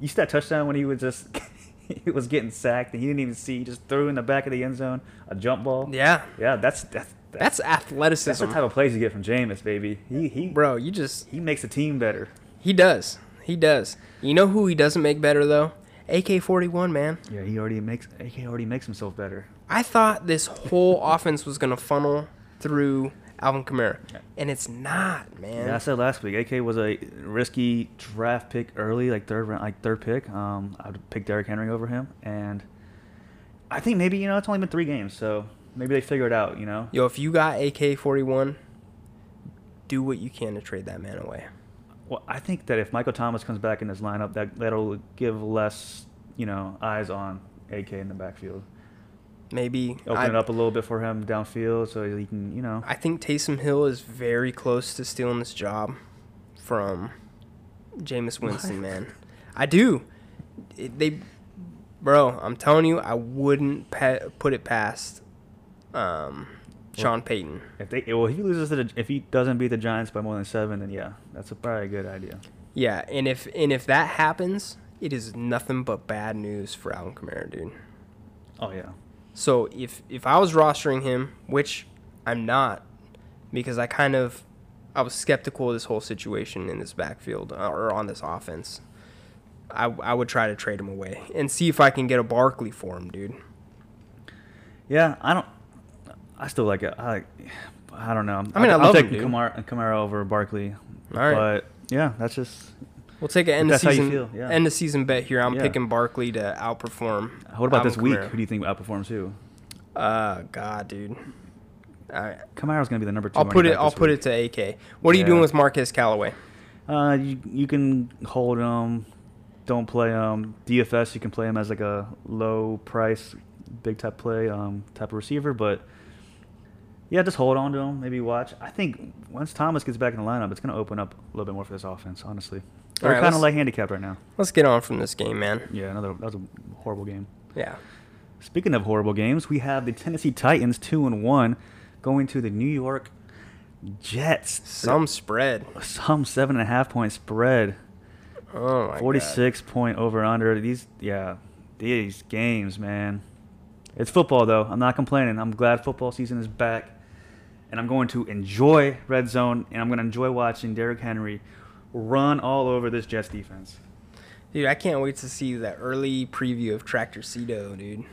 You see that touchdown when he was just [laughs] he was getting sacked and he didn't even see. He just threw in the back of the end zone a jump ball. Yeah, yeah, that's that's. that's that's That's athleticism, the type of plays you get from Jameis, baby. He he bro. You just he makes a team better. he does, he does. You know who he doesn't make better though? AK-41 man. Yeah, he already makes AK already makes himself better. I thought this whole [laughs] offense was gonna funnel through Alvin Kamara, and it's not, man. Yeah, I said last week AK was a risky draft pick early, like third round, like third pick. Um, I'd pick Derrick Henry over him, and I think maybe you know it's only been three games, so maybe they figure it out. You know, Yo, if you got AK 41, do what you can to trade that man away. Well, I think that if Michael Thomas comes back in this lineup, that that'll give less, you know, eyes on AK in the backfield. Maybe Open I, it up a little bit for him downfield so he can, you know. I think Taysom Hill is very close to stealing this job from Jameis Winston, man. I do. It- they, bro, I'm telling you, I wouldn't pa- put it past um, Sean Payton. If they well, if he loses to the, if he doesn't beat the Giants by more than seven, then yeah, that's a, probably a good idea. Yeah, and if and if that happens, it is nothing but bad news for Alvin Kamara, dude. Oh yeah, So if if I was rostering him, which I'm not, because I kind of I was skeptical of this whole situation in this backfield uh, or on this offense. I, I would try to trade him away and see if I can get a Barkley for him, dude. yeah. I don't. I still like it. I like. I don't know. I mean, I I'm love him, taking dude. Kamara, Kamara over Barkley. All right. But yeah, that's just. We'll take an end That's of how you season feel, yeah. end of season bet here. I'm Yeah. picking Barkley to outperform. What about this Alvin week? Kamara. Who do you think outperforms who? Uh, God, dude. All right. Kamara's gonna be the number two. I'll running put it. back I'll this put week. it to AK. What are you Yeah. doing with Marquez Callaway? Uh, you, you can hold him. Don't play him. DFS, you can play him as like a low price, big type play um, type of receiver. But yeah, just hold on to him. Maybe watch. I think once Thomas gets back in the lineup, it's going to open up a little bit more for this offense, honestly. All They're right, kind let's- of like handicap right now. Let's get on from this game, man. Yeah, another that was a horrible game. Yeah. Speaking of horrible games, we have the Tennessee Titans two and one going to the New York Jets. Some spread. some seven and a half point spread. Oh my god. 46 point over under these yeah these games man it's football though i'm not complaining i'm glad football season is back and i'm going to enjoy red zone and i'm going to enjoy watching Derrick henry run all over this jets defense Dude, I can't wait to see that early preview of Tractor Cito, dude.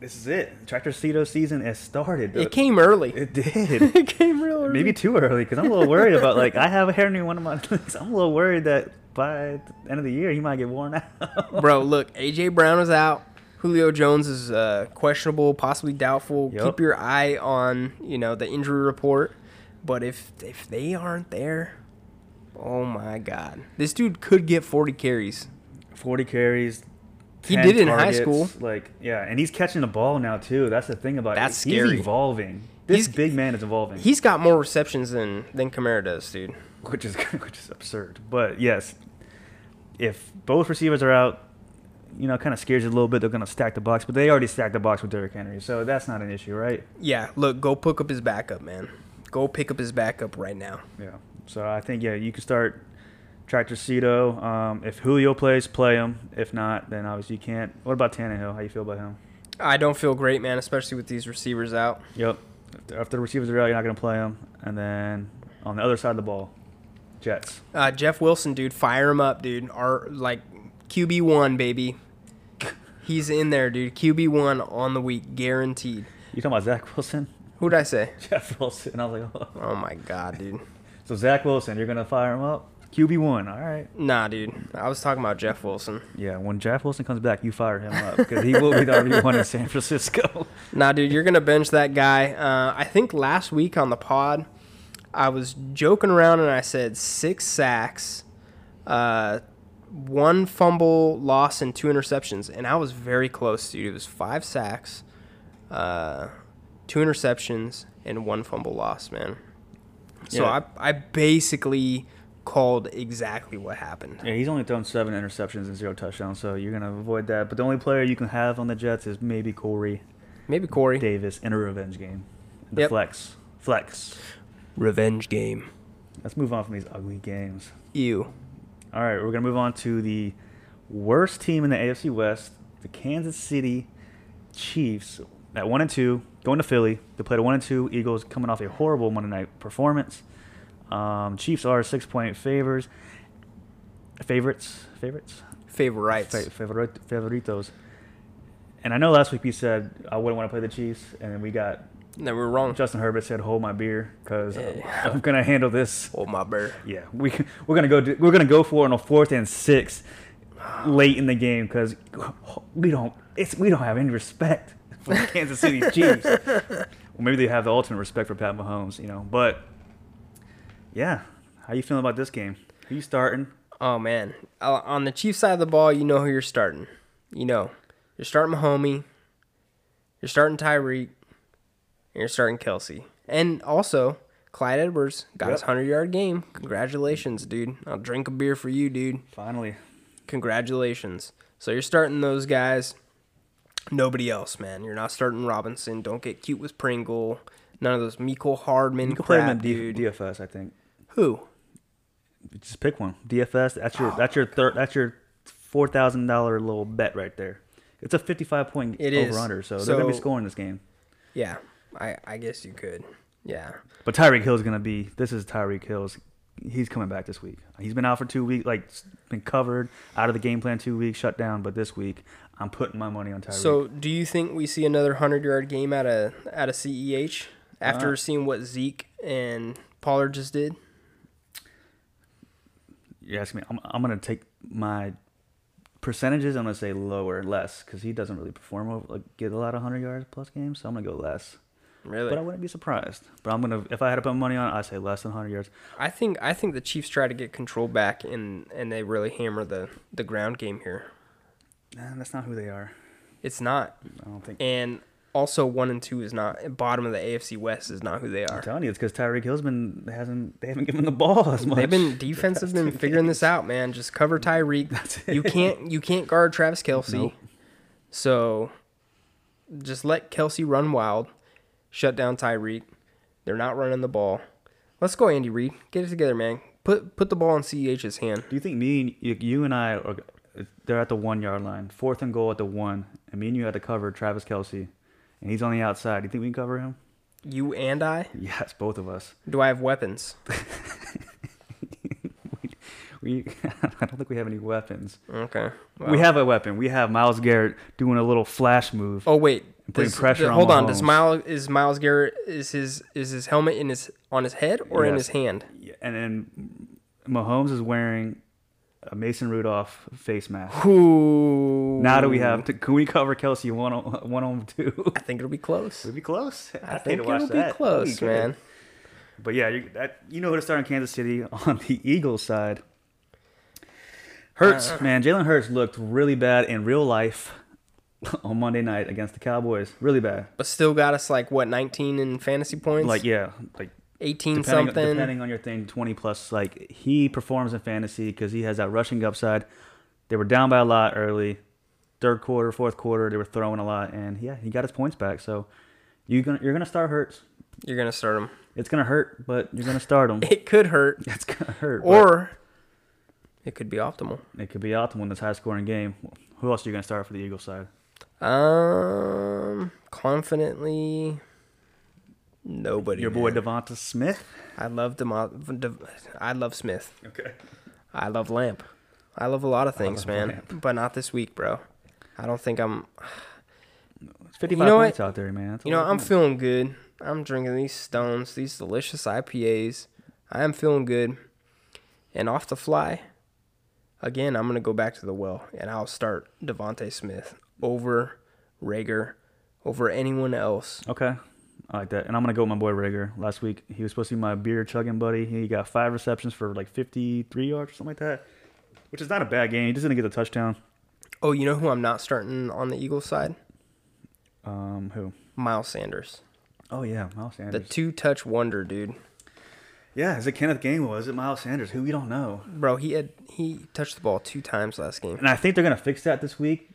this is it tractor Cito season has started It came early. [laughs] it did it came real early. maybe too early because i'm a little worried about like i have a henry in one of my [laughs] lists i'm a little worried that by the end of the year he might get worn out [laughs] Bro, look, AJ Brown is out. Julio Jones is uh, questionable, possibly doubtful. Yep. Keep your eye on, you know, the injury report. But if if they aren't there, oh my god. This dude could get 40 carries. 40 carries. He 10 did it in high targets, Like, yeah, and he's catching the ball now too. That's the thing about That's he's scary. evolving. This He's- big man is evolving, He's got more receptions than than Kamara does, dude. which is [laughs] which is absurd. But yes, if both receivers are out, you know, kind of scares you a little bit. They're going to stack the box, but they already stacked the box with Derrick Henry, so that's not an issue, right? Yeah, look, go pick up his backup, man. Go pick up his backup right now. Yeah. So I think yeah, you can start Tractor Cito. Um, if Julio plays, play him. If not, then obviously you can't. What about Tannehill? How you feel about him? I don't feel great, man, especially with these receivers out. Yep. If the receivers are out, you're not going to play them. And then on the other side of the ball, Jets. Uh, Jeff Wilson, dude, fire him up, dude. Our like QB one, baby. He's in there, dude. QB one on the week, guaranteed. You talking about Zach Wilson? [laughs] Who'd I say? Jeff Wilson. I was like, oh. Oh my god, dude. so Zach Wilson, you're going to fire him up? QB one. All right. Nah, dude. I was talking about Jeff Wilson. Yeah. When Jeff Wilson comes back, you fire him up because he will be the RB one in San Francisco. Nah, dude, you're gonna bench that guy. Uh, I think last week on the pod, I was joking around and I said six sacks, uh, one fumble loss, and two interceptions, and I was very close, dude. It was five sacks, uh, two interceptions, and one fumble loss, man. So Yeah. I I basically called exactly what happened. yeah, he's only thrown seven interceptions and zero touchdowns, so you're going to avoid that. But the only player you can have on the Jets is maybe Corey Maybe Corey. Davis in a revenge game. The Yep. flex. Flex. Revenge game. Let's move on from these ugly games. Ew. All right, we're gonna move on to the worst team in the AFC West, the Kansas City Chiefs at one and two, going to Philly. They played a one and two Eagles, coming off a horrible Monday night performance. Um, Chiefs are six point favors, favorites, favorites, Favorites. Fa- favorit- favoritos. And I know last week we said I wouldn't want to play the Chiefs, and then we got No, we were wrong. Justin Herbert said, "Hold my beer, because Oh. Yeah. I'm gonna handle this." Oh my bird. Yeah, we we're gonna go. Do, we're gonna go for it on a fourth and six late in the game because we don't. It's we don't have any respect for the Kansas [laughs] City Chiefs. well, maybe they have the ultimate respect for Pat Mahomes, you know. But yeah, how you feeling about this game? Who you starting? Oh man, Uh, on the Chiefs side of the ball, you know who you're starting. You know, you're starting Mahomie, you're starting Tyreek, and you're starting Kelsey, and also Clyde Edwards got his Yep. hundred yard game. Congratulations, dude! I'll drink a beer for you, dude. Finally. Congratulations. So you're starting those guys. Nobody else, man. You're not starting Robinson. Don't get cute with Pringle. None of those Miko Hardman You can play him crap, in D- dude. DFS, I think. Who? Just pick one. DFS. That's Oh your that's your third that's your four thousand dollar little bet right there. It's a fifty five point It is. over under, so, they're gonna be So- scoring this game. Yeah, I I guess you could. Yeah. But Tyreek Hill's gonna be. This is Tyreek Hill's. He's coming back this week. He's been out for two weeks, like s- been covered, out of the game plan two weeks, shut down. But this week, I'm putting my money on Tyreek. So, do you think we see another hundred yard game out of out of CEH after seeing what Zeke and Pollard just did? you ask me, I'm, I'm gonna take my percentages. I'm gonna say lower, less, because he doesn't really perform over, like get a lot of hundred yards plus games. So I'm gonna go less. Really? But I wouldn't be surprised. But I'm gonna if I had to put money on, it, I'd say less than hundred yards. I think I think the Chiefs try to get control back and and they really hammer the the ground game here. Nah, that's not who they are. It's not, I don't think. and also one and two is not bottom of the AFC West is not who they I'm are. telling you, it's because Tyreek Hill's been hasn't they haven't given the ball as much. [laughs] They've been defensive been figuring this out, man. Just cover Tyreek. You can't you can't guard Travis Kelsey. Nope. So just let Kelsey run wild. Shut down Tyreek. They're not running the ball. Let's go, Andy Reid. Get it together, man. Put put the ball in CEH's hand. Do you think me and you, you and I are? They're at the one yard line, fourth and goal at the one, and me and you had to cover Travis Kelsey, and he's on the outside. Do you think we can cover him? [laughs] You and I? Yes, both of us. Do I have weapons? We, [laughs] I don't think we have any weapons. Okay. We Wow. have a weapon. We have Miles Garrett doing a little flash move. Oh wait. Putting Does- pressure th- on hold on. Does Mahomes. Miles is Miles Garrett is his is his helmet in his on his head or in Yes. his hand? And then Mahomes is wearing a Mason Rudolph face mask. Who? Now do we have? To, can we cover Kelsey one on [laughs] one on two? I think it'll be close. We'd be close. I'd I pay think to watch it'll be that. That'd close, be good. man. But yeah, you, that, you know who to start in Kansas City [laughs] on the Eagles side. Hurts, man, Jalen Hurts looked really bad in real life [laughs] on Monday night against the Cowboys. Really bad. But still got us like what 19 in fantasy points, Like yeah, like 18 depending, something. depending on your thing, twenty plus. Like he performs in fantasy because he has that rushing upside. They were down by a lot early, third quarter, fourth quarter. They were throwing a lot, and yeah, he got his points back. So you gonna you're gonna start Hurts. You're gonna start him. It's gonna hurt, but you're gonna start him. [laughs] [laughs] It could hurt, It's gonna hurt. but- or it could be optimal. It could be optimal in this high scoring game. Who else are you going to start for the Eagles side? Um, confidently, nobody. Your boy man. Devonta Smith. I love Demo- De- I love Smith. Okay. I love Lamp. I love a lot of things, love man. Lamp. But not this week, bro. I don't think I'm. It's 55 know points out there, man. That's You a know, lot I'm of points. feeling good. I'm drinking these stones, these delicious IPAs. I am feeling good. And off the fly, again, I'm going to go back to the well and I'll start Devonte Smith over Rager, over anyone else. Okay. I like that. And I'm going to go with my boy Rager. Last week, he was supposed to be my beer chugging buddy. He got five receptions for like 53 yards or something like that, which is not a bad game. He just didn't get the touchdown. Oh, you know who I'm not starting on the Eagles side? Um, who? Miles Sanders. Oh, yeah. Miles The Sanders. two touch wonder, dude. yeah. Is it Kenneth Gainwell? Is it Miles Sanders? Who we don't know. Bro, he had he touched the ball two times last game. And I think they're going to fix that this week.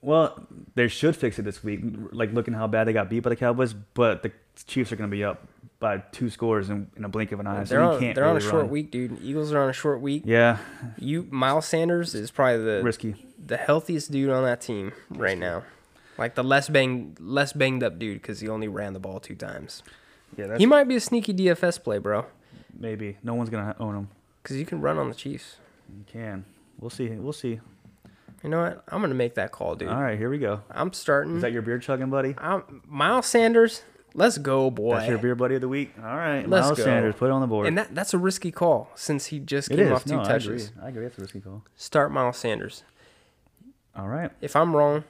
Well, they should fix it this week. Like looking how bad they got beat by the Cowboys, but the Chiefs are going to be up by two scores in, in a blink of an eye. They're so you on, can't they're on a really short run. week, dude. Eagles are on a short week. Yeah, You Miles Sanders is probably the risky. the healthiest dude on that team right now. Like the less bang, less banged up dude because he only ran the ball two times. Yeah, that's He might be a sneaky DFS play, bro, maybe no one's going to own him. because you can run on the Chiefs. You can. We'll see. We'll see. You know what? I'm gonna make that call, dude. All right, here we go. I'm starting. Is that your beer chugging buddy? I'm, Miles Sanders, let's go, boy. That's your beer buddy of the week. All right, Let's Miles go. Sanders, put it on the board. and that, that's a risky call since he just it came is. off two no, touches. I agree. I agree. That's a risky call. Start Miles Sanders. All right. If I'm wrong,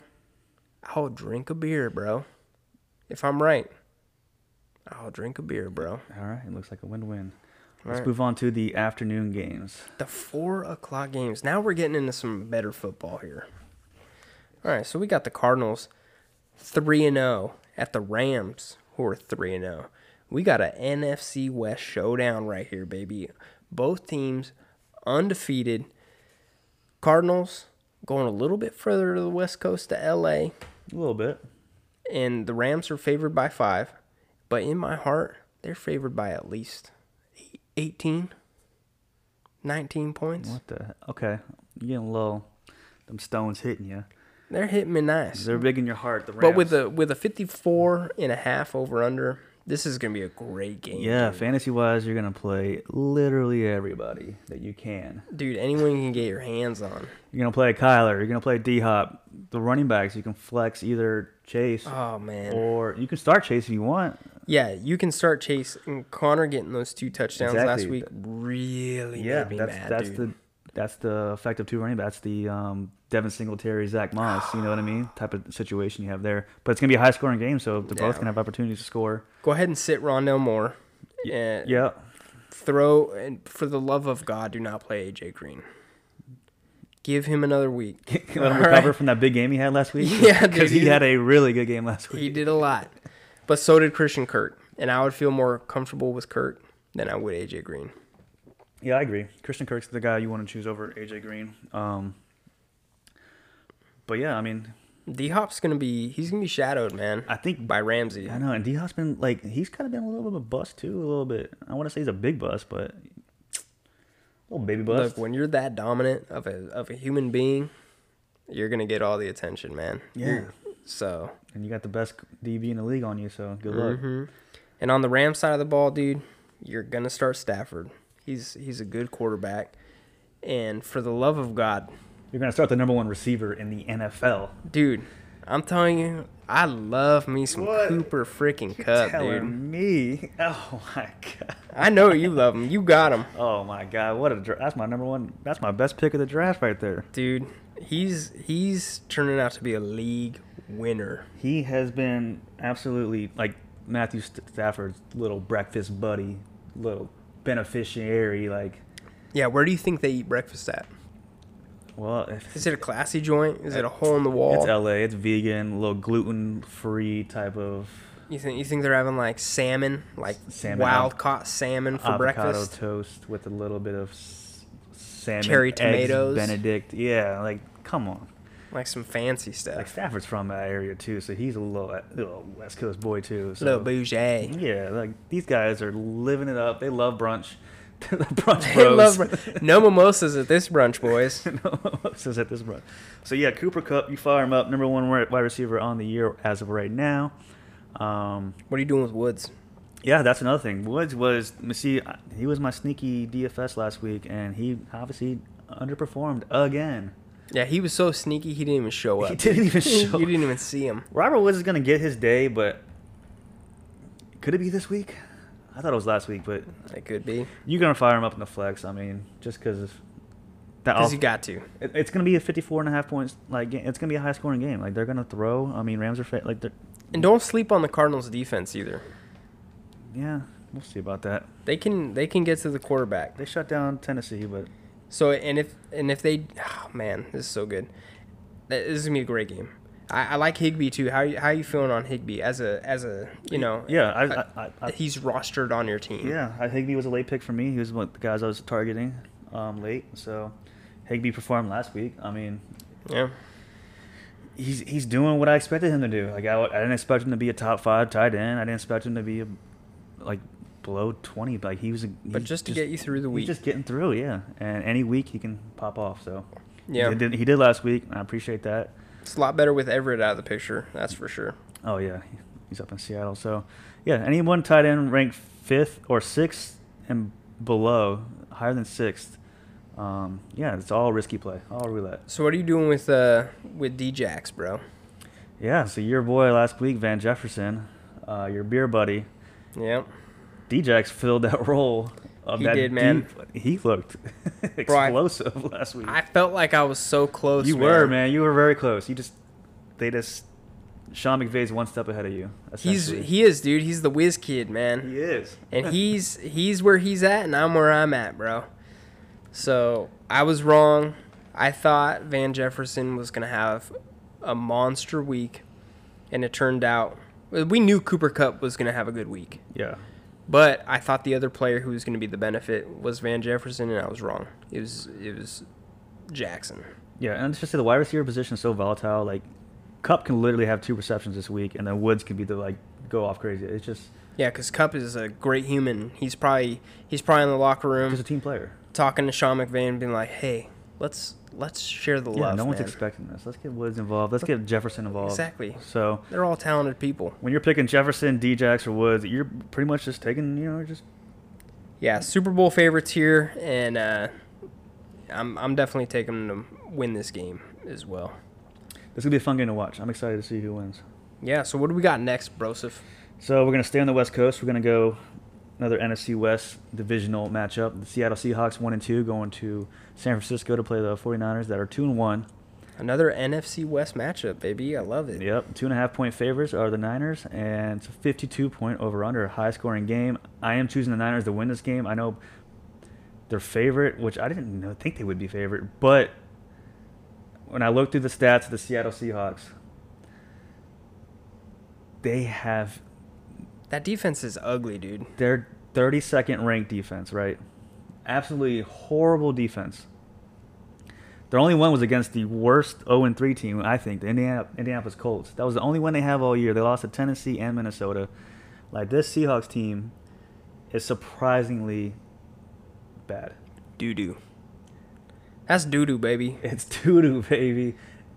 I'll drink a beer, bro. If I'm right, I'll drink a beer, bro. All right. It looks like a win-win. Let's Alright. move on to the afternoon games. The four o'clock games. Now we're getting into some better football here. All right, so we got the Cardinals three and zero at the Rams, who are three and zero. We got a NFC West showdown right here, baby. Both teams undefeated. Cardinals going a little bit further to the West Coast to LA, A little bit. and the Rams are favored by five. But in my heart, they're favored by at least eight- 18, 19 points. What the? Okay, you're getting low. Them stones hitting you. They're hitting me nice. They're big in your heart. The Rams. But with a with a 54 and a half over under, this is going to be a great game. yeah, fantasy wise, you're gonna play literally everybody that you can. Dude, anyone you can get your hands on. You're gonna play Kyler. You're gonna play D Hop. The running backs you can flex either Chase Oh man. or you can start Chase if you want. Yeah, you can start Chase and Connor getting those two touchdowns last Exactly. week really Yeah, made me that's mad, that's dude. the that's the effect of two running backs. The um, Devin Singletary, Zach Moss. you know what I mean? Type of situation you have there. But it's gonna be a high scoring game, so they're both Yeah. gonna have opportunities to score. Go ahead and sit Rondell Moore. and Yeah, Throw and for the love of God, do not play AJ Green. Give him another week. [laughs] let him All recover right. from that big game he had last week. [laughs] Yeah, dude, because he he's- had a really good game last week. He did a lot, but so did Christian Kirk, and I would feel more comfortable with Kirk than I would AJ Green. Yeah, I agree. Christian Kirk's the guy you want to choose over AJ Green. Um, but yeah, I mean, D Hop's gonna be he's gonna be shadowed, man. I think by Ramsey. I know, and D Hop's been like he's kind of been a little bit of a bust too, a little bit. I want to say he's a big bust, but little baby bust. Look, when you're that dominant of a of a human being, you're gonna get all the attention, man. Yeah. So and you got the best DB in the league on you, so good luck. mhm. and on the Ram side of the ball, dude, you're gonna start Stafford. He's he's a good quarterback. And for the love of God, You're gonna start the number one receiver in the NFL. dude, I'm telling you, I love me some What? Cooper freaking Cup, Telling dude. me, [laughs] oh my god, I know you love him. You got him. oh my god, what a dra- that's my number one, that's my best pick of the draft right there. Dude, he's he's turning out to be a league winner. He has been absolutely like Matthew St- Stafford's little breakfast buddy, little beneficiary. Like, Yeah, where do you think they eat breakfast at? well, if Is it a classy joint? Is it a hole in the wall? it's LA, it's vegan, little gluten free type of you think you think they're having like salmon, like Salmon, wild av- caught salmon for avocado breakfast? toast with a little bit of s- salmon, Cherry eggs, tomatoes. Benedict. Yeah, like come on. like some fancy stuff. Like Stafford's from that area too, so he's a little, a little West Coast boy too. So. little bougie. Yeah, like these guys are living it up. They love brunch. [laughs] They're the [laughs] [laughs] brunch They bros. love [laughs] br- no mimosas at this brunch, boys. no, says at this point. So yeah, Cooper Cup, you fire him up, number one wi- wide receiver on the year as of right now. Um, What are you doing with Woods? yeah, that's another thing. Woods was see, I- he was my sneaky DFS last week, and he obviously underperformed again. Yeah, he was so sneaky he didn't even show up. He didn't even show. [laughs] you didn't even see him. Robert Woods is gonna get his day, but could it be this week? I thought it was last week, but It could be you're gonna fire him up in the flex. I mean, just because that because off- you got to. It- it's going to be a 54 and a half points like game. it's going to be a high scoring game like they're going to throw i mean rams are fa- like they're And don't sleep on the Cardinals defense either. yeah we'll see about that They can they can get to the quarterback. they shut down tennessee but So and if and if they, oh, man, this is so good. That- This is gonna be a great game. I, I like Higby too. How you, how you feeling on Higby as a as a you know? uh, yeah i i, I, I he's rostered on your team. yeah i higby was a late pick for me he was one of the guys i was targeting um late so higby performed last week i mean yeah. he's he's doing what i expected him to do like i, I didn't expect him to be a top five tight end i didn't expect him to be a like below 20 but like he was a, But he's just to get you through the He's week, just getting through, yeah. And any week he can pop off. So Yeah. he did, he did last week. and I appreciate that. it's a lot better with Everett out of the picture. That's for sure. Oh yeah, he's up in Seattle. So yeah, anyone tight end ranked fifth or sixth and below, higher than sixth. Um, yeah, it's all risky play, all roulette. So what are you doing with uh with Djax, bro? Yeah. So your boy last week, Van Jefferson, uh, your beer buddy, Yeah. Djax filled that [laughs] role. Of He that did, man. deep- he looked [laughs] I- explosive last week. I felt like I was so close. You were, man. You were very close. You just, they just Sean McVay's one step ahead of you. He's essentially. he is, dude. He's the whiz kid, man. he is. And he's he's where he's at, and I'm where I'm at, bro. So I was wrong. I thought Van Jefferson was gonna have a monster week, and it turned out we knew Cooper Cup was gonna have a good week. [laughs] yeah. But I thought the other player who was going to be the benefit was Van Jefferson, and I was wrong. It was it was Jackson. Yeah, and let's just say the wide receiver position is so volatile. Like, Cup can literally have two receptions this week, and then Woods could be the like go off crazy. It's just Yeah, because Cup is a great human. He's probably he's probably in the locker just a room team player. talking to Sean McVay and being like, "Hey, let's let's share the Yeah, love." no one's man. expecting this. Let's get Woods involved. Let's get Jefferson involved. Exactly. So They're all talented people. when you're picking Jefferson, Djax, or Woods, you're pretty much just taking you know just Yeah, Super Bowl favorites here, and uh, I'm I'm definitely taking them to win this game as well. this is gonna be a fun game to watch. I'm excited to see who wins. Yeah. So what do we got next, Brosif? So we're gonna stay on the West Coast. We're gonna go another NFC West divisional matchup. The Seattle Seahawks one and two going to San Francisco to play the 49ers that are two and one. Another NFC West matchup, baby. I love it. Yep, two and a half point favors are the Niners, and it's a 52 point over under, high scoring game. I am choosing the Niners to win this game. I know they're favorite, which I didn't know, think they would be favorite, but when I look through the stats of the Seattle Seahawks, they have That defense is ugly, dude. their 32nd ranked defense, right? Absolutely horrible defense. Their only one was against the worst 0 3 team, I think, the Indiana, Indianapolis Colts. That was the only one they have all year. They lost to Tennessee and Minnesota. Like, this Seahawks team is surprisingly bad. [laughs] Doo doo. That's doo doo, baby. It's doo doo, baby.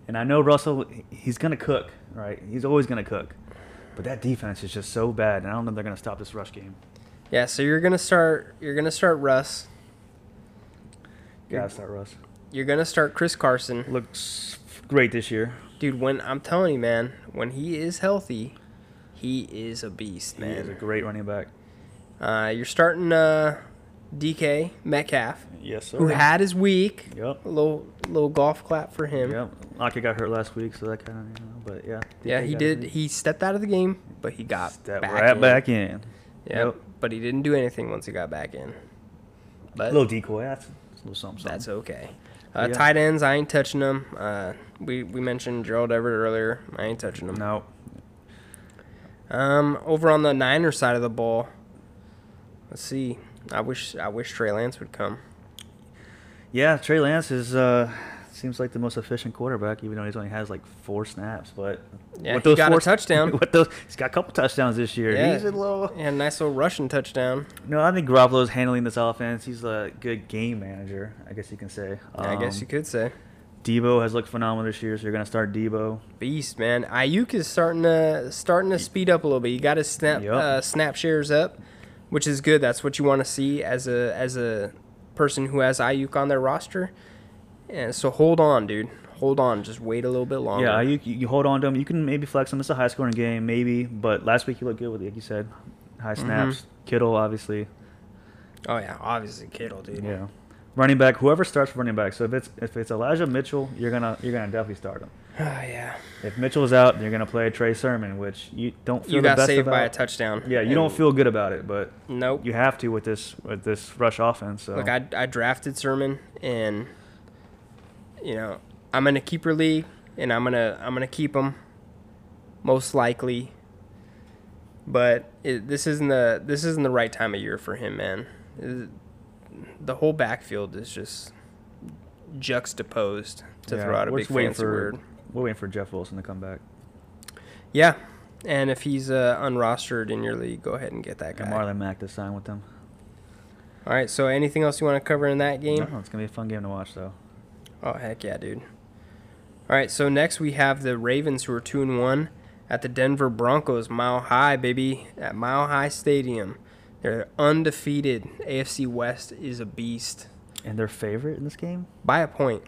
And I know Russell, he's going to cook, right? He's always going to cook. But that defense is just so bad, and I don't know if they're going to stop this rush game. Yeah, so you're gonna start. You're gonna start Russ. Gotta start Russ. You're gonna start Chris Carson, Looks great this year. dude. When I'm telling you, man, when he is healthy, he is a beast, He is a man. great running back. Uh, you're starting uh, DK Metcalf, Yes, sir. who had his week. Yep. A little little golf clap for him. Yep. Lockett got hurt last week, so that kind of, you know, but yeah. Yeah, he got did. it. He stepped out of the game, but he got Step back right in. back in. Yep. But he didn't do anything once he got back in. But little decoy. That's a little something. That's something. okay. Uh, Yeah. Tight ends, I ain't touching them. Uh, we we mentioned Gerald Everett earlier. I ain't touching them. No. Um, over on the Niners side of the ball, let's see. I wish I wish Trey Lance would come. Yeah, Trey Lance is uh seems like the most efficient quarterback, even though he's only has like four snaps. But Yeah, he got a touchdown. [laughs] With those, he's got a couple touchdowns this year. Yeah, He's a little. yeah, nice little rushing touchdown. No, I think Garoppolo's handling this offense. He's a good game manager, I guess you can say. I guess Um, you could say Debo has looked phenomenal this year, so you're gonna start Debo. beast, man. Ayuk is starting to starting to speed up a little bit. You got his snap Yup. uh, snap shares up, which is good. That's what you want to see as a as a person who has Ayuk on their roster. And so hold on, dude. Hold on. Just wait a little bit longer. Yeah, you, you hold on to him. You can maybe flex him. It's a high scoring game, maybe. But last week he looked good with, like you said, high Mm-hmm. snaps. Kittle, obviously. Oh yeah, obviously Kittle, dude. Yeah, running back. Whoever starts running back. So if it's if it's Elijah Mitchell, you're gonna you're gonna definitely start him. [sighs] Oh yeah. If Mitchell's out, then you're gonna play Trey Sermon, which you don't feel You the got best saved about. by a touchdown. Yeah, you And- don't feel good about it, but Nope. you have to with this with this rush offense. So Look, I I drafted Sermon, and you know I'm in a keeper league, and I'm gonna I'm gonna keep him, most likely. But it, this isn't the this isn't the right time of year for him, man. It- the whole backfield is just juxtaposed to yeah, throw out a we're big just waiting fancy for word. we're waiting for Jeff Wilson to come back. Yeah, and if he's uh, unrostered in your league, go ahead and get that guy. And Marlon Mack to sign with them. All right. So, anything else you want to cover in that game? No, it's gonna be a fun game to watch, though. Oh heck yeah, dude! All right. So next we have the Ravens, who are two and one, at the Denver Broncos, Mile High, baby, at Mile High Stadium. They're undefeated. AFC West is a beast And their favorite in this game? by a point,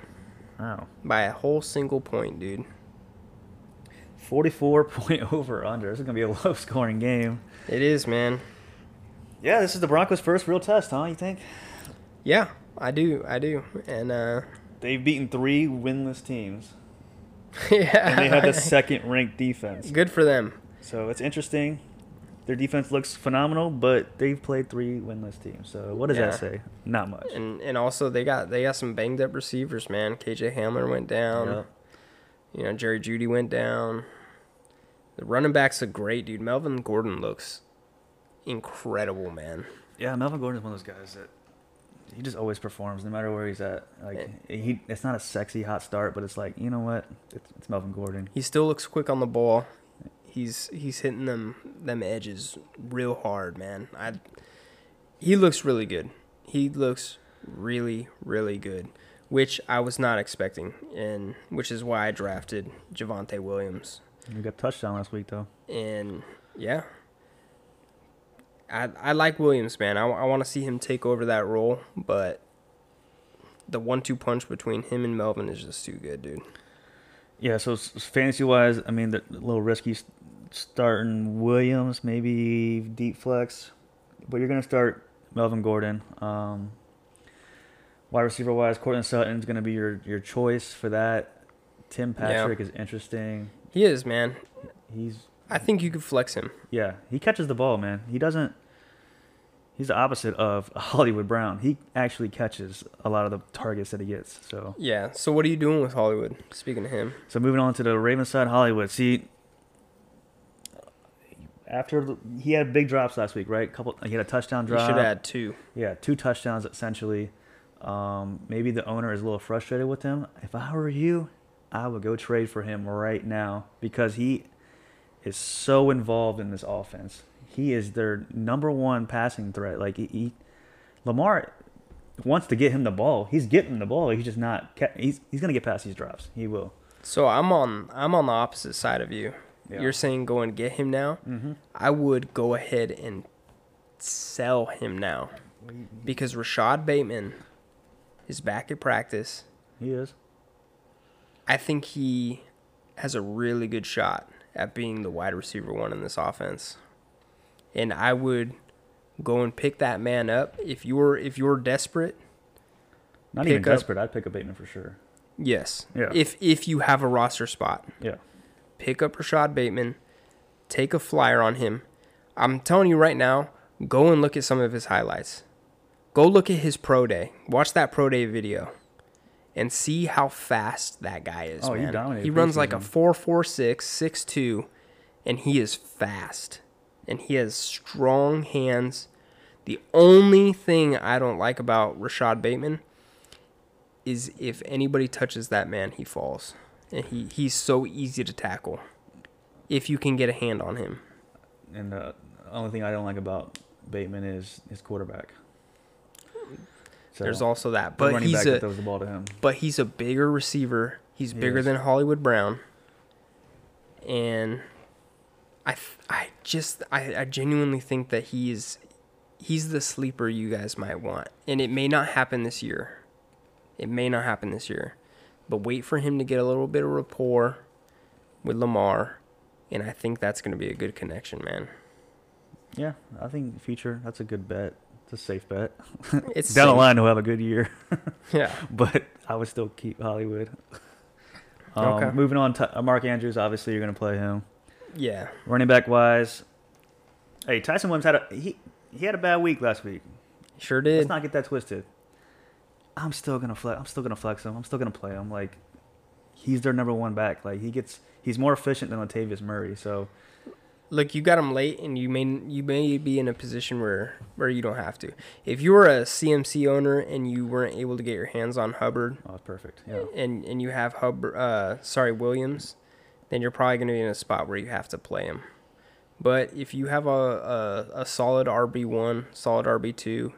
Wow. by a whole single point, dude. 44 [laughs] point over or under. This is going to be a [laughs] low scoring game. It is, man. Yeah, this is the Broncos' first real test, huh? You think? Yeah, I do, I do, and uh, [laughs] They've beaten three winless teams. yeah. and they [laughs] [laughs] had the second ranked defense. Good for them. So it's interesting. Their defense looks phenomenal, but they've played three winless teams. So what does Yeah. that say? Not much. And and also they got they got some banged up receivers, man. KJ Hamler went down. Yeah. You know, Jerry Judy went down. The running backs look great, dude. Melvin Gordon looks incredible, man. Yeah, Melvin Gordon is one of those guys that he just always performs no matter where he's at. Like he, it's not a sexy hot start, but it's like you know what? It's, it's Melvin Gordon. He still looks quick on the ball. He's he's hitting them them edges real hard, man. I he looks really good. He looks really really good, which I was not expecting, and which is why I drafted Javante Williams. He got a touchdown last week though. And yeah, I I like Williams, man. I, I want to see him take over that role, but the one-two punch between him and Melvin is just too good, dude. Yeah, so fantasy wise, I mean, the the little risky s- starting Williams, maybe deep flex, but you're gonna start Melvin Gordon. Um, wide receiver wise, Cortland Sutton's gonna be your your choice for that. Tim Yeah. Patrick is interesting. He is, man. He's I think you could flex him. yeah, he catches the ball, man. He doesn't. He's the opposite of [laughs] Hollywood Brown. He actually catches a lot of the targets that he gets. So Yeah. So what are you doing with Hollywood? Speaking of him, So moving on to the Ravens side, Hollywood. See, after the- he had big drops last week, right? Couple, he had a touchdown you drop. should add two. Yeah, two touchdowns essentially. Um, maybe the owner is a little frustrated with him. If I were you, I would go trade for him right now because he is so involved in this offense. He is their number one passing threat. Like he, he Lamar wants to get him the ball. He's getting the ball. He's just not. ca- He's he's gonna get past these drops. He will. So I'm on I'm on the opposite side of you. Yeah. You're saying go and get him now. Mhm. I would go ahead and sell him now because Rashad Bateman is back at practice. He is. I think he has a really good shot at being the wide receiver one in this offense. And I would go and pick that man up if you're if you're desperate. Not pick even up- desperate. I'd pick up Bateman for sure. Yes. Yeah. If if you have a roster spot, Yeah. pick up Rashad Bateman, take a flyer on him. I'm telling you right now, go and look at some of his highlights. Go look at his pro day. Watch that pro day video and see how fast that guy is. Oh, he man. dominated He runs like a preseason. 446, 62, and he is fast. And he has strong hands. The only thing I don't like about Rashad Bateman is if anybody touches that man, he falls. And he, he's so easy to tackle if you can get a hand on him. And the only thing I don't like about Bateman is his quarterback. So There's the also that, but running he's back a that throws the ball to him. but he's a bigger receiver. He's He bigger is. than Hollywood Brown, and I th- I just I, I genuinely think that he is he's the sleeper you guys might want, and it may not happen this year. It may not happen this year, but wait for him to get a little bit of rapport with Lamar, and I think that's going to be a good connection, [laughs] man. Yeah, I think future. That's a good bet. It's a safe bet. [laughs] It's Down the safe. line, he'll have a good year, [laughs] Yeah. but I would still keep Hollywood. Um, Okay. Moving on, to Mark Andrews. Obviously, you're going to play him. Yeah. Running back wise, hey Tyson Williams had a he he had a bad week last week. Sure Let's did. not get that twisted. I'm still gonna flex. I'm still gonna flex him. I'm still gonna play him. Like he's their number one back. Like he gets. He's more efficient than Latavius Murray. So look, you got him late, and you may you may be in a position where where you don't have to. If you were a CMC owner and you weren't able to get your hands on Hubbard, oh, it's perfect. Yeah. and and you have Hubbard, uh, sorry Williams, then you're probably going to be in a spot where you have to play him. But if you have a a, a solid RB one, solid RB two.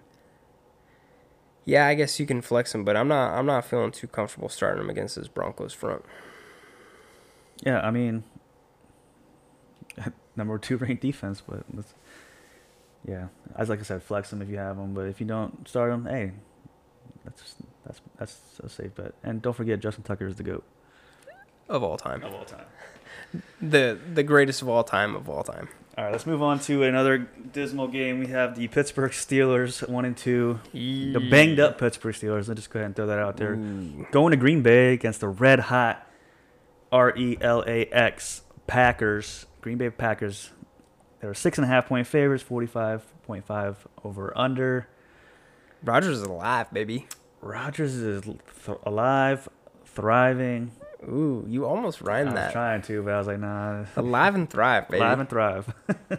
Yeah, I guess you can flex him, but I'm not. I'm not feeling too comfortable starting him against this Broncos front. Yeah. I mean, [laughs] number two ranked defense, but let's, yeah. As like I said, flex him if you have him. But if you don't start him, hey, that's that's that's a safe bet. And don't forget, Justin Tucker is the goat Of all time, of all time. the the greatest of all time of all time. All right, let's move on to another dismal game. We have the Pittsburgh Steelers one and two. The banged up Pittsburgh Steelers. Let's just go ahead and throw that out there. Ooh. Going to Green Bay against the red hot R E L A X Packers, Green Bay Packers. They were six and a half point favors, 45.5 over under. Rogers is alive, baby. Rogers is th- alive, thriving. Ooh, you almost I rhymed was that. trying to, but I was like, nah. Alive and thrive, baby. Live and thrive.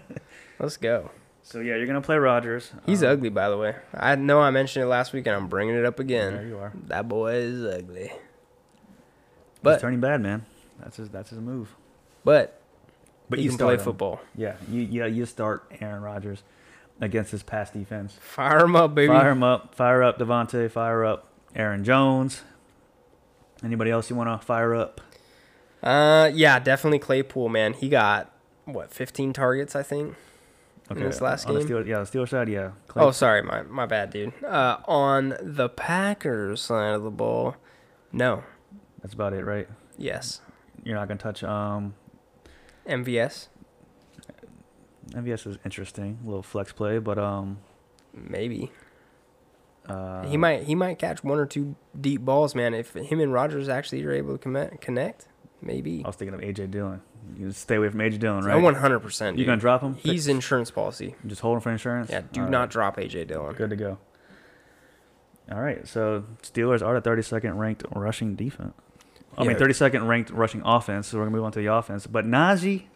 [laughs] Let's go. so yeah, you're gonna play Um, Rogers. He's ugly, by the way. I know I mentioned it last week, and I'm bringing it up again. There you are. That boy is ugly. But But- he's turning bad, man. That's his. That's his move. But, But he you can play start him. football. Yeah, you yeah you start Aaron Rodgers against this pass defense. Fire him up, baby. Fire him up. Fire up Devontae. Fire up Aaron Jones. Anybody else you want to fire up? Uh, yeah, definitely Claypool, man. He got what 15 targets, I think. In this last on the game? Steelers- yeah, the Steelers side. Yeah. Clay- Oh, sorry, my my bad, dude. Uh, on the Packers side of the ball, no, that's about it, right? yes, You're not gonna touch. Um, MVS, MVS is interesting, a little flex play, but um, maybe uh, he might he might catch one or two deep balls, man. If him and Rogers actually are able to connect, connect maybe. I was thinking of AJ Dillon. You just stay away from AJ Dillon, right? I 100. percent You gonna drop him? He's insurance policy. Just hold him for insurance. Yeah, do All right. not drop AJ Dillon. Good to go. All right, so Steelers are the 32nd ranked rushing defense. I mean, Yeah. 32nd ranked rushing offense. So we're gonna move on to the offense. But Najee,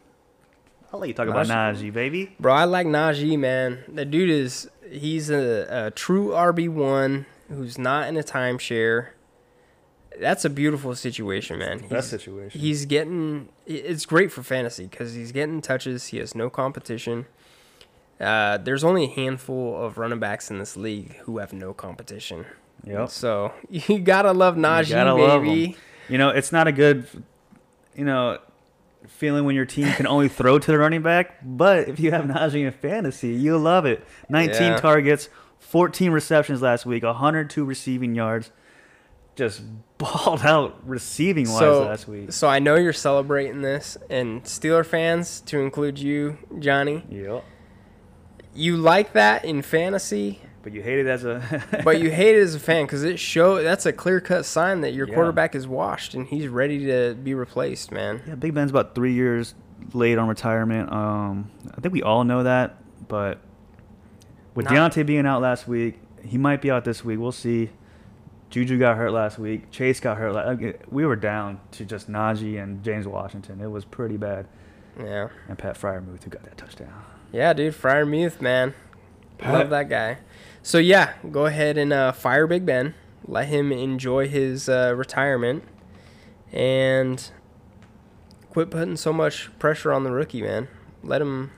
I'll let you talk about Najee, baby. Bro, I like Najee, man. The dude is he's a, a true RB one who's not in a timeshare. That's a beautiful situation, man. He's, situation. he's getting it's great for fantasy because he's getting touches. He has no competition. Uh, there's only a handful of running backs in this league who have no competition. Yep. So [laughs] you gotta love Najee, gotta love baby. You know, it's not a good, you know, feeling when your team can [laughs] only throw to the running back. But if you have Najee in fantasy, you'll love it. 19 Yeah. targets, 14 receptions last week, 102 receiving yards. Just [laughs] balled out receiving wise last week. So I know you're celebrating this, and Steeler fans, to include you, Johnny, Yep. you like that in fantasy, But you hate it as a. [laughs] but you hate it as a fan because it show that's a clear cut sign that your Yeah. quarterback is washed and he's ready to be replaced, man. yeah, Big Ben's about three years late on retirement. Um, I think we all know that. But with Not- Deontay being out last week, he might be out this week. We'll see. Juju got hurt last week. Chase got hurt. la- like, We were down to just Najee and James Washington. It was pretty bad. Yeah, And Pat Fryermuth, who got that touchdown. yeah, dude, Friar Muth, man, Pat- love that guy. So yeah, go ahead and uh, fire Big Ben, let him enjoy his uh, retirement, and quit putting so much pressure on the rookie, man. Let him.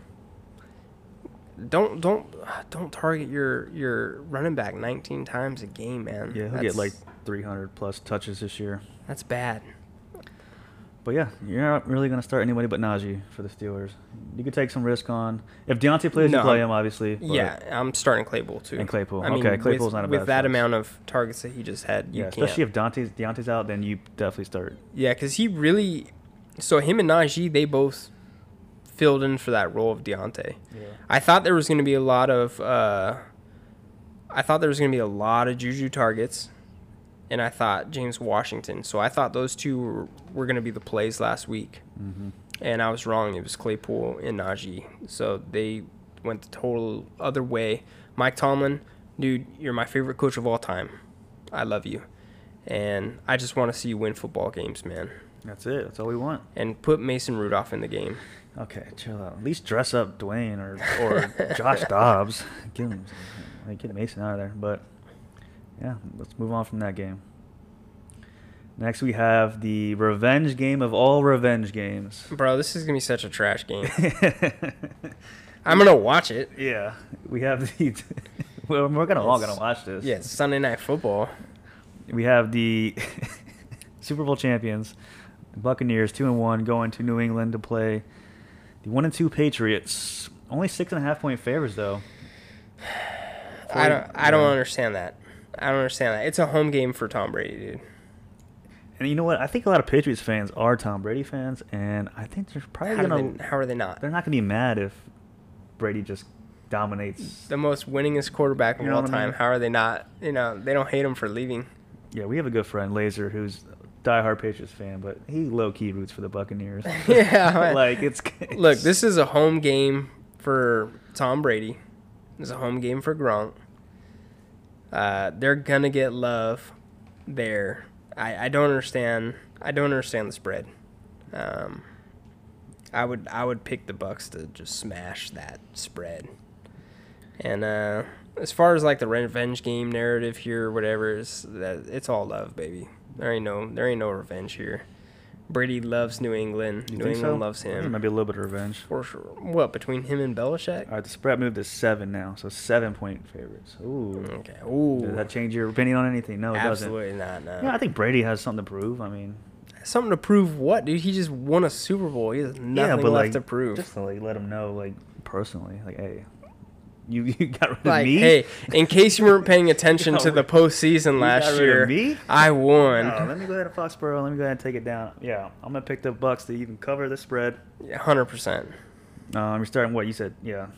Don't don't don't target your your running back 19 times a game, man. Yeah, he'll That's- get like 300 plus touches this year. That's bad. But yeah, you're not really going to start anybody but Najee for the Steelers. You could take some risk on. If Deontay plays, No. you play him, obviously. but- yeah, I'm starting Claypool too. And Claypool. Okay, Claypool's with, not a with bad that choice. amount of targets that he just had. You yeah, can't. especially if Dante's Deontay's out, then you definitely start. Yeah, because he really. So him and Najee, they both filled in for that role of Deontay. Yeah. I thought there was going to be a lot of. Uh, I thought there was going to be a lot of Juju targets, and I thought James Washington. So I thought those two were, were going to be the plays last week, and I was wrong. It was Claypool and Najee. So they went the total other way. Mike Tomlin, dude, you're my favorite coach of all time. I love you, and I just want to see you win football games, man. That's it. That's all we want. And put Mason Rudolph in the game. Okay, chill out. At least dress up Dwayne or [laughs] or Josh Dobbs. Get him, like, get Mason out of there. But yeah, let's move on from that game. Next we have the revenge game of all revenge games. Bro, this is gonna be such a [laughs] trash game. yeah, I'm gonna watch it. we have [laughs] the. well, we're gonna all gonna It's- watch this. Yeah, it's Sunday night football. We have the [laughs] Super Bowl champions, Buccaneers, two and one, going to New England to play the one and two Patriots. Only six and a half point favors though. [sighs] I don't I don't Yeah. understand that. I don't understand that. It's a home game for Tom Brady, dude. And you know what? I think a lot of Patriots fans are Tom Brady fans, and I think they're probably How, do gonna they, how are they not? they're not gonna be mad if Brady just dominates. The most winningest quarterback of You know all what I time. mean? [laughs] How are they not? You know, they don't hate him for leaving. [laughs] Yeah, we have a good friend Laser who's diehard Patriots fan, but he low key roots for the Buccaneers. [laughs] [laughs] Yeah, man. like it's, it's [laughs] Look, this is a home game for Tom Brady. It's a home game for Gronk. Uh, they're gonna get love there. I, I don't understand. I don't understand the spread. Um, I would I would pick the Bucks to just smash that spread. And uh, as far as like the revenge game narrative here, whatever, it's that it's all love, baby. There ain't no there ain't no revenge here. Brady loves New England. [laughs] You New think England so? loves I think him. Maybe a little bit of revenge. For sure. What between him and Belichick? All right, the spread moved to seven now, so seven point favorites. Ooh, Okay. Ooh. does that change your opinion on anything? No, it Absolutely not. No. doesn't. Yeah, I think Brady has something to prove. I mean, Something to prove what, dude? He just won a Super Bowl. He has nothing yeah, left but like to prove. Just to like let him know, like personally, like hey, you [laughs] you got rid like, of me. [laughs] hey, in case you weren't paying attention to the postseason got last rid of year, me? I won. No, let me go ahead and Foxborough. Let me go ahead and take it down. Yeah, I'm gonna pick the Bucks to even cover the spread. Yeah, 100%. Um, you're starting what you said. Yeah,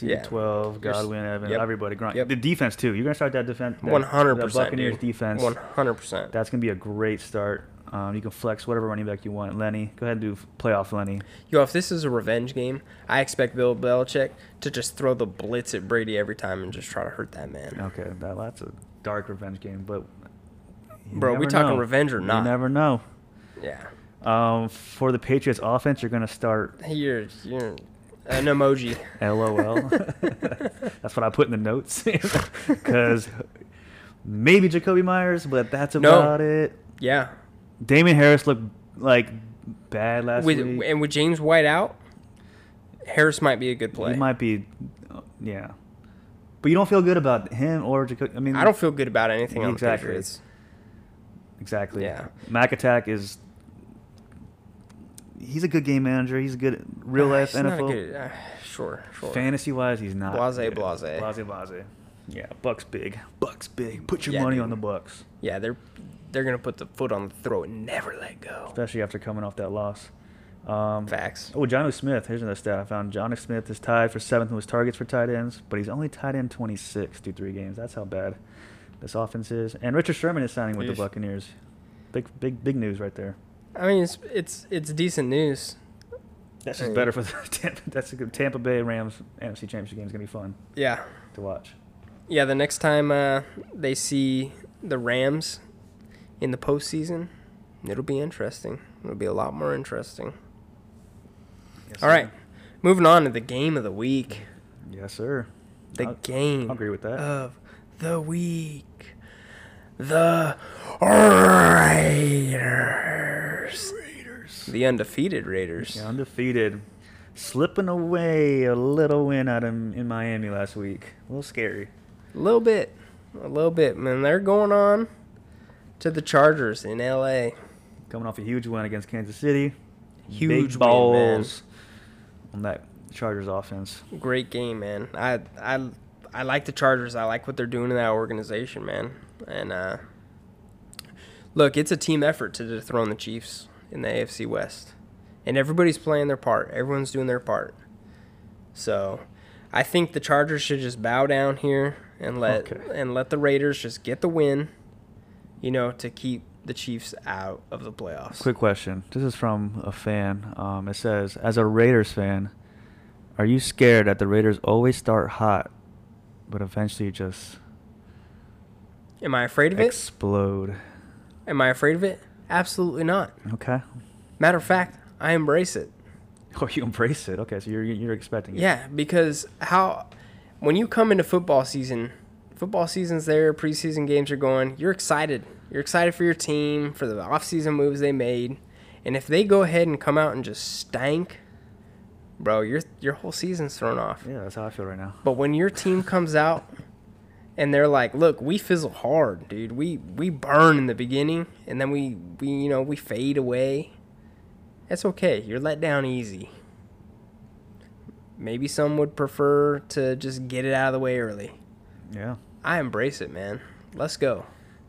Yeah. twelve. You're s- Godwin, Evans, yep. everybody. Grunt. Yep. The defense too. You're gonna start that defense. that- 100%. The Buccaneers dude. defense. 100%. That's gonna be a great start. Um, you can flex whatever running back you want. Lenny, go ahead and do f- playoff Lenny. Yo, if this is a revenge game, I expect Bill Belichick to just throw the blitz at Brady every time and just try to hurt that man. Okay, that, that's a dark revenge game, but you Bro, we never talking know. revenge or not? You never know. Yeah. Um, for the Patriots offense, you're gonna start You're, you're an emoji. [laughs] LOL. that's what I put in the notes [laughs] because maybe Jacoby Myers, but that's No. about it. yeah. Damon Harris looked like bad last With, week. and with James White out, Harris might be a good play. He might be, yeah. But you don't feel good about him or Jacoby. I mean, I don't feel good about anything on the Exactly. Patriots. exactly. Yeah. Mac Attack is. He's a good game manager. He's a good real life Ah, He's not NFL. good- uh, sure, sure. Fantasy wise, he's not. Blase, good. blase. Blase, blase. Yeah, Bucks big. Bucks big. Put your Yeah, money dude. on the Bucks, Yeah, they're they're gonna put the foot on the throat and never let go. especially after coming off that loss. Um, Facts. Oh, John Smith. Here's another stat I found. John Smith is tied for seventh most targets for tight ends, but he's only tied in 26 through three games. That's how bad this offense is. And Richard Sherman is signing with Yeesh. the Buccaneers. Big, big, big news right there. I mean, it's it's it's decent news. That's just Hey. better for the [laughs] Tampa. That's a good Tampa Bay Rams NFC Championship game is gonna be fun Yeah, to watch. yeah. The next time uh, they see the Rams in the postseason, it'll be interesting. It'll be a lot more interesting. Yes, All sir. right, moving on to the game of the week. Yes, sir. The I'll- game I'll agree with that. of the week. The Raiders. The undefeated Raiders. Yeah, undefeated, slipping away a little win out in, in Miami last week. A little scary. A little bit. A little bit. Man, they're going on to the Chargers in LA. Coming off a huge win against Kansas City. Huge Big win, man. balls on that Chargers offense. Great game, man. I I I like the Chargers. I like what they're doing in that organization, man. And uh look, it's a team effort to dethrone the Chiefs in the AFC West. And everybody's playing their part. Everyone's doing their part. So, I think the Chargers should just bow down here and let Okay. and let the Raiders just get the win, you know, to keep the Chiefs out of the playoffs. Quick question. This is from a fan. Um, it says, as a Raiders fan, are you scared that the Raiders always start hot, but eventually just Am I afraid of it? explode? Am I afraid of it? Absolutely not. [laughs] Okay. Matter of fact, I embrace it. Oh, Or you embrace it. Okay, so you're you're expecting it. Yeah, because how when you come into football season, football season's there, preseason games are going, you're excited. You're excited for your team, for the offseason moves they made. And if they go ahead and come out and just stank, bro, your your whole season's thrown off. Yeah, that's how I feel right now. But when your team comes out and they're like, "Look, we fizzle hard, dude. We we burn in the beginning, and then we we you know we fade away." That's okay. You're let down easy. Maybe some would prefer to just get it out of the way early. Yeah. I embrace it, man. Let's go.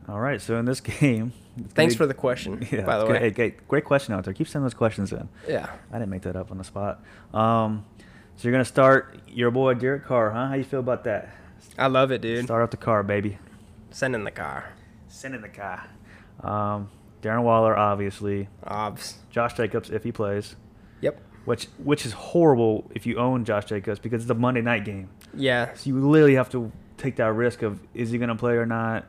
All right. So in this [laughs] game, it's gonna Thanks be- for the question, [laughs] Yeah, by it's the gonna- way. hey, great, great question out there. Keep sending those questions in. Yeah. I didn't make that up on the spot. Um, so you're gonna start your boy Derek Carr, huh? How you feel about that? I love it, dude. Start off the car, baby. Send in the car. Send in the car. Um, Darren Waller, obviously. Obs. Josh Jacobs, if he plays, Yep. which which is horrible if you own Josh Jacobs because it's a Monday night game. Yeah. So you literally have to take that risk of is he going to play or not.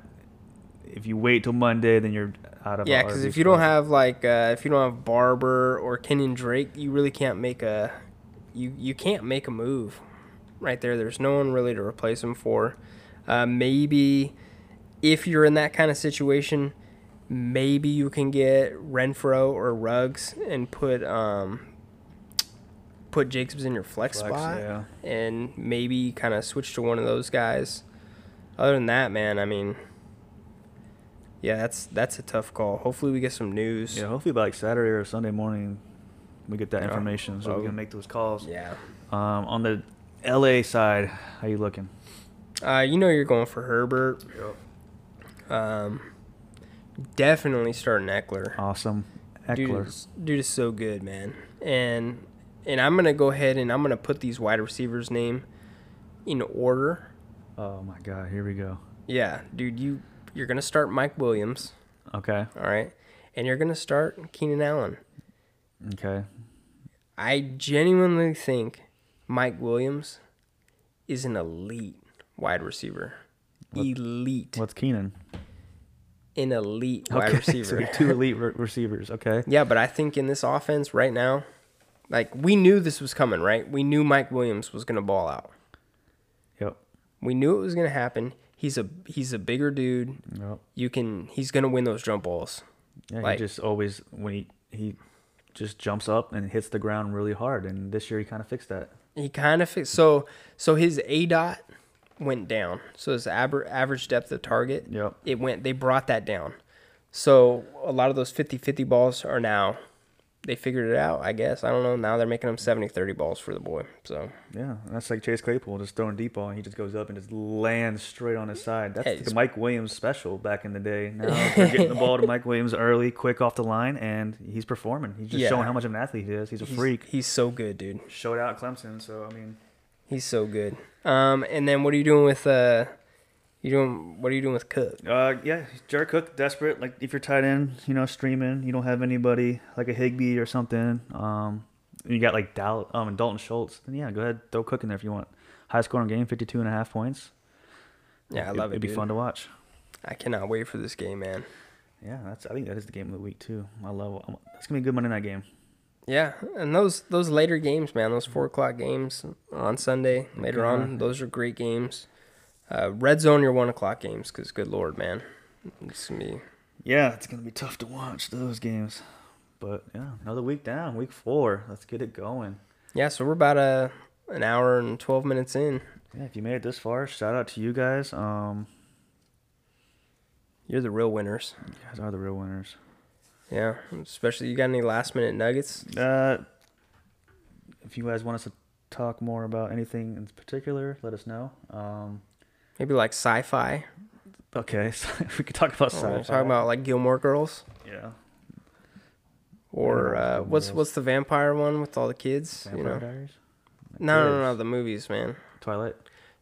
If you wait till Monday, then you're out of Yeah, all because these if you don't spots. have like uh, if you don't have Barber or Kenyon Drake, you really can't make a you you can't make a move right there. There's no one really to replace him for. Uh, maybe if you're in that kind of situation, maybe you can get Renfro or Ruggs and put um put Jacobs in your flex, Flex, spot yeah. and maybe kind of switch to one of those guys. Other than that, man, I mean, yeah, that's that's a tough call. Hopefully, we get some news. yeah, hopefully by like Saturday or Sunday morning, we get that Yeah. information so Oh. we can make those calls. Yeah. Um, on the LA side, how you looking? Uh, you know you're going for Herbert. Um, definitely starting Eckler. Awesome, Dude, Eckler. is, dude is so good, man. And and I'm gonna go ahead and I'm gonna put these wide receivers' name in order. Oh my God, here we go. Yeah, dude, you you're gonna start Mike Williams, Okay, all right, and you're gonna start Keenan Allen. okay. I genuinely think Mike Williams is an elite wide receiver. elite. What's Keenan? [laughs] An elite wide Okay, [laughs] so receiver. you're two elite re- receivers. Okay. yeah, but I think in this offense right now, like we knew this was coming, right? We knew Mike Williams was going to ball out. Yep. We knew it was going to happen. He's a he's a bigger dude. Yep. You can he's going to win those jump balls. Yeah, Like- he just always when he he just jumps up and hits the ground really hard, and this year he kind of fixed that. He kind of fi- so so his A dot went down. So his aber, average depth of target. Yep. It went they brought that down. So a lot of those 50-50 balls are now they figured it out, I guess. I don't know. Now they're making them 70-30 balls for the boy. So Yeah, that's like Chase Claypool just throwing deep ball, and he just goes up and just lands straight on his side. That's Yeah, the he's- Mike Williams special back in the [laughs] day. Now they're getting the ball to Mike Williams early, quick off the line, and he's performing. He's just Yeah. showing how much of an athlete he is. He's a he's, freak. He's so good, dude. Showed out Clemson, so I mean, He's so good. Um and then what are you doing with uh you doing what are you doing with Cook? Uh, yeah, Jared Cook desperate. Like if you're tight end, you know, streaming, you don't have anybody like a Higby or something. Um, and you got like Dal um and Dalton Schultz. Then yeah, go ahead, throw Cook in there if you want. High scoring game, 52 and a half points. Yeah, I love it. It'd be dude. fun to watch. I cannot wait for this game, man. Yeah, that's. I think that is the game of the week too. I love. I'm, that's gonna be a good Monday night game. Yeah, and those those later games, man, those four o'clock games on Sunday later Mm-hmm. on, those are great games. Uh, red zone your one o'clock games, cause good lord, man, it's gonna be Yeah, it's gonna be tough to watch those games. But yeah, another week down, week four. Let's get it going. yeah. So we're about a an hour and twelve minutes in. Yeah, if you made it this far, shout out to you guys. Um, You're the real winners. you guys are the real winners. Yeah, especially you got any last minute nuggets? Uh, if you guys want us to talk more about anything in particular, let us know. Um, Maybe like sci-fi. okay, [laughs] so we could talk about Oh, sci-fi. Talking about like Gilmore Girls yeah, or Yeah, uh, Gilmore what's Girls. what's the vampire one with all the kids? you Vampire know, Diaries, no, no, Kids. no, the movies, man. Twilight,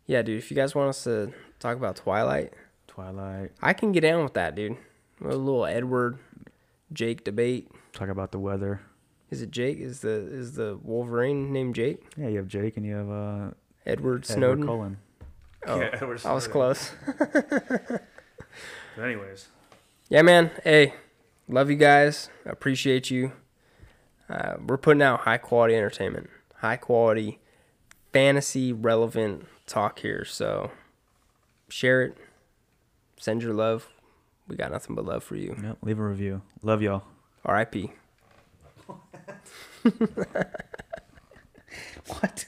Yeah, dude. If you guys want us to talk about Twilight. Twilight. I can get down with that, dude. A little Edward Jake debate. Talk about the weather. Is it Jake? Is the is the Wolverine named Jake? Yeah, you have Jake and you have uh, Edward Edward Snowden. Cullen. oh, Yeah, Edward I was Snowden. close. But anyways, Yeah, man. Hey, love you guys. Appreciate you. Uh, we're putting out high quality entertainment, high quality, fantasy relevant talk here. So share it. Send your love. We got nothing but love for you. yep, leave a review. Love y'all. R.I.P. What?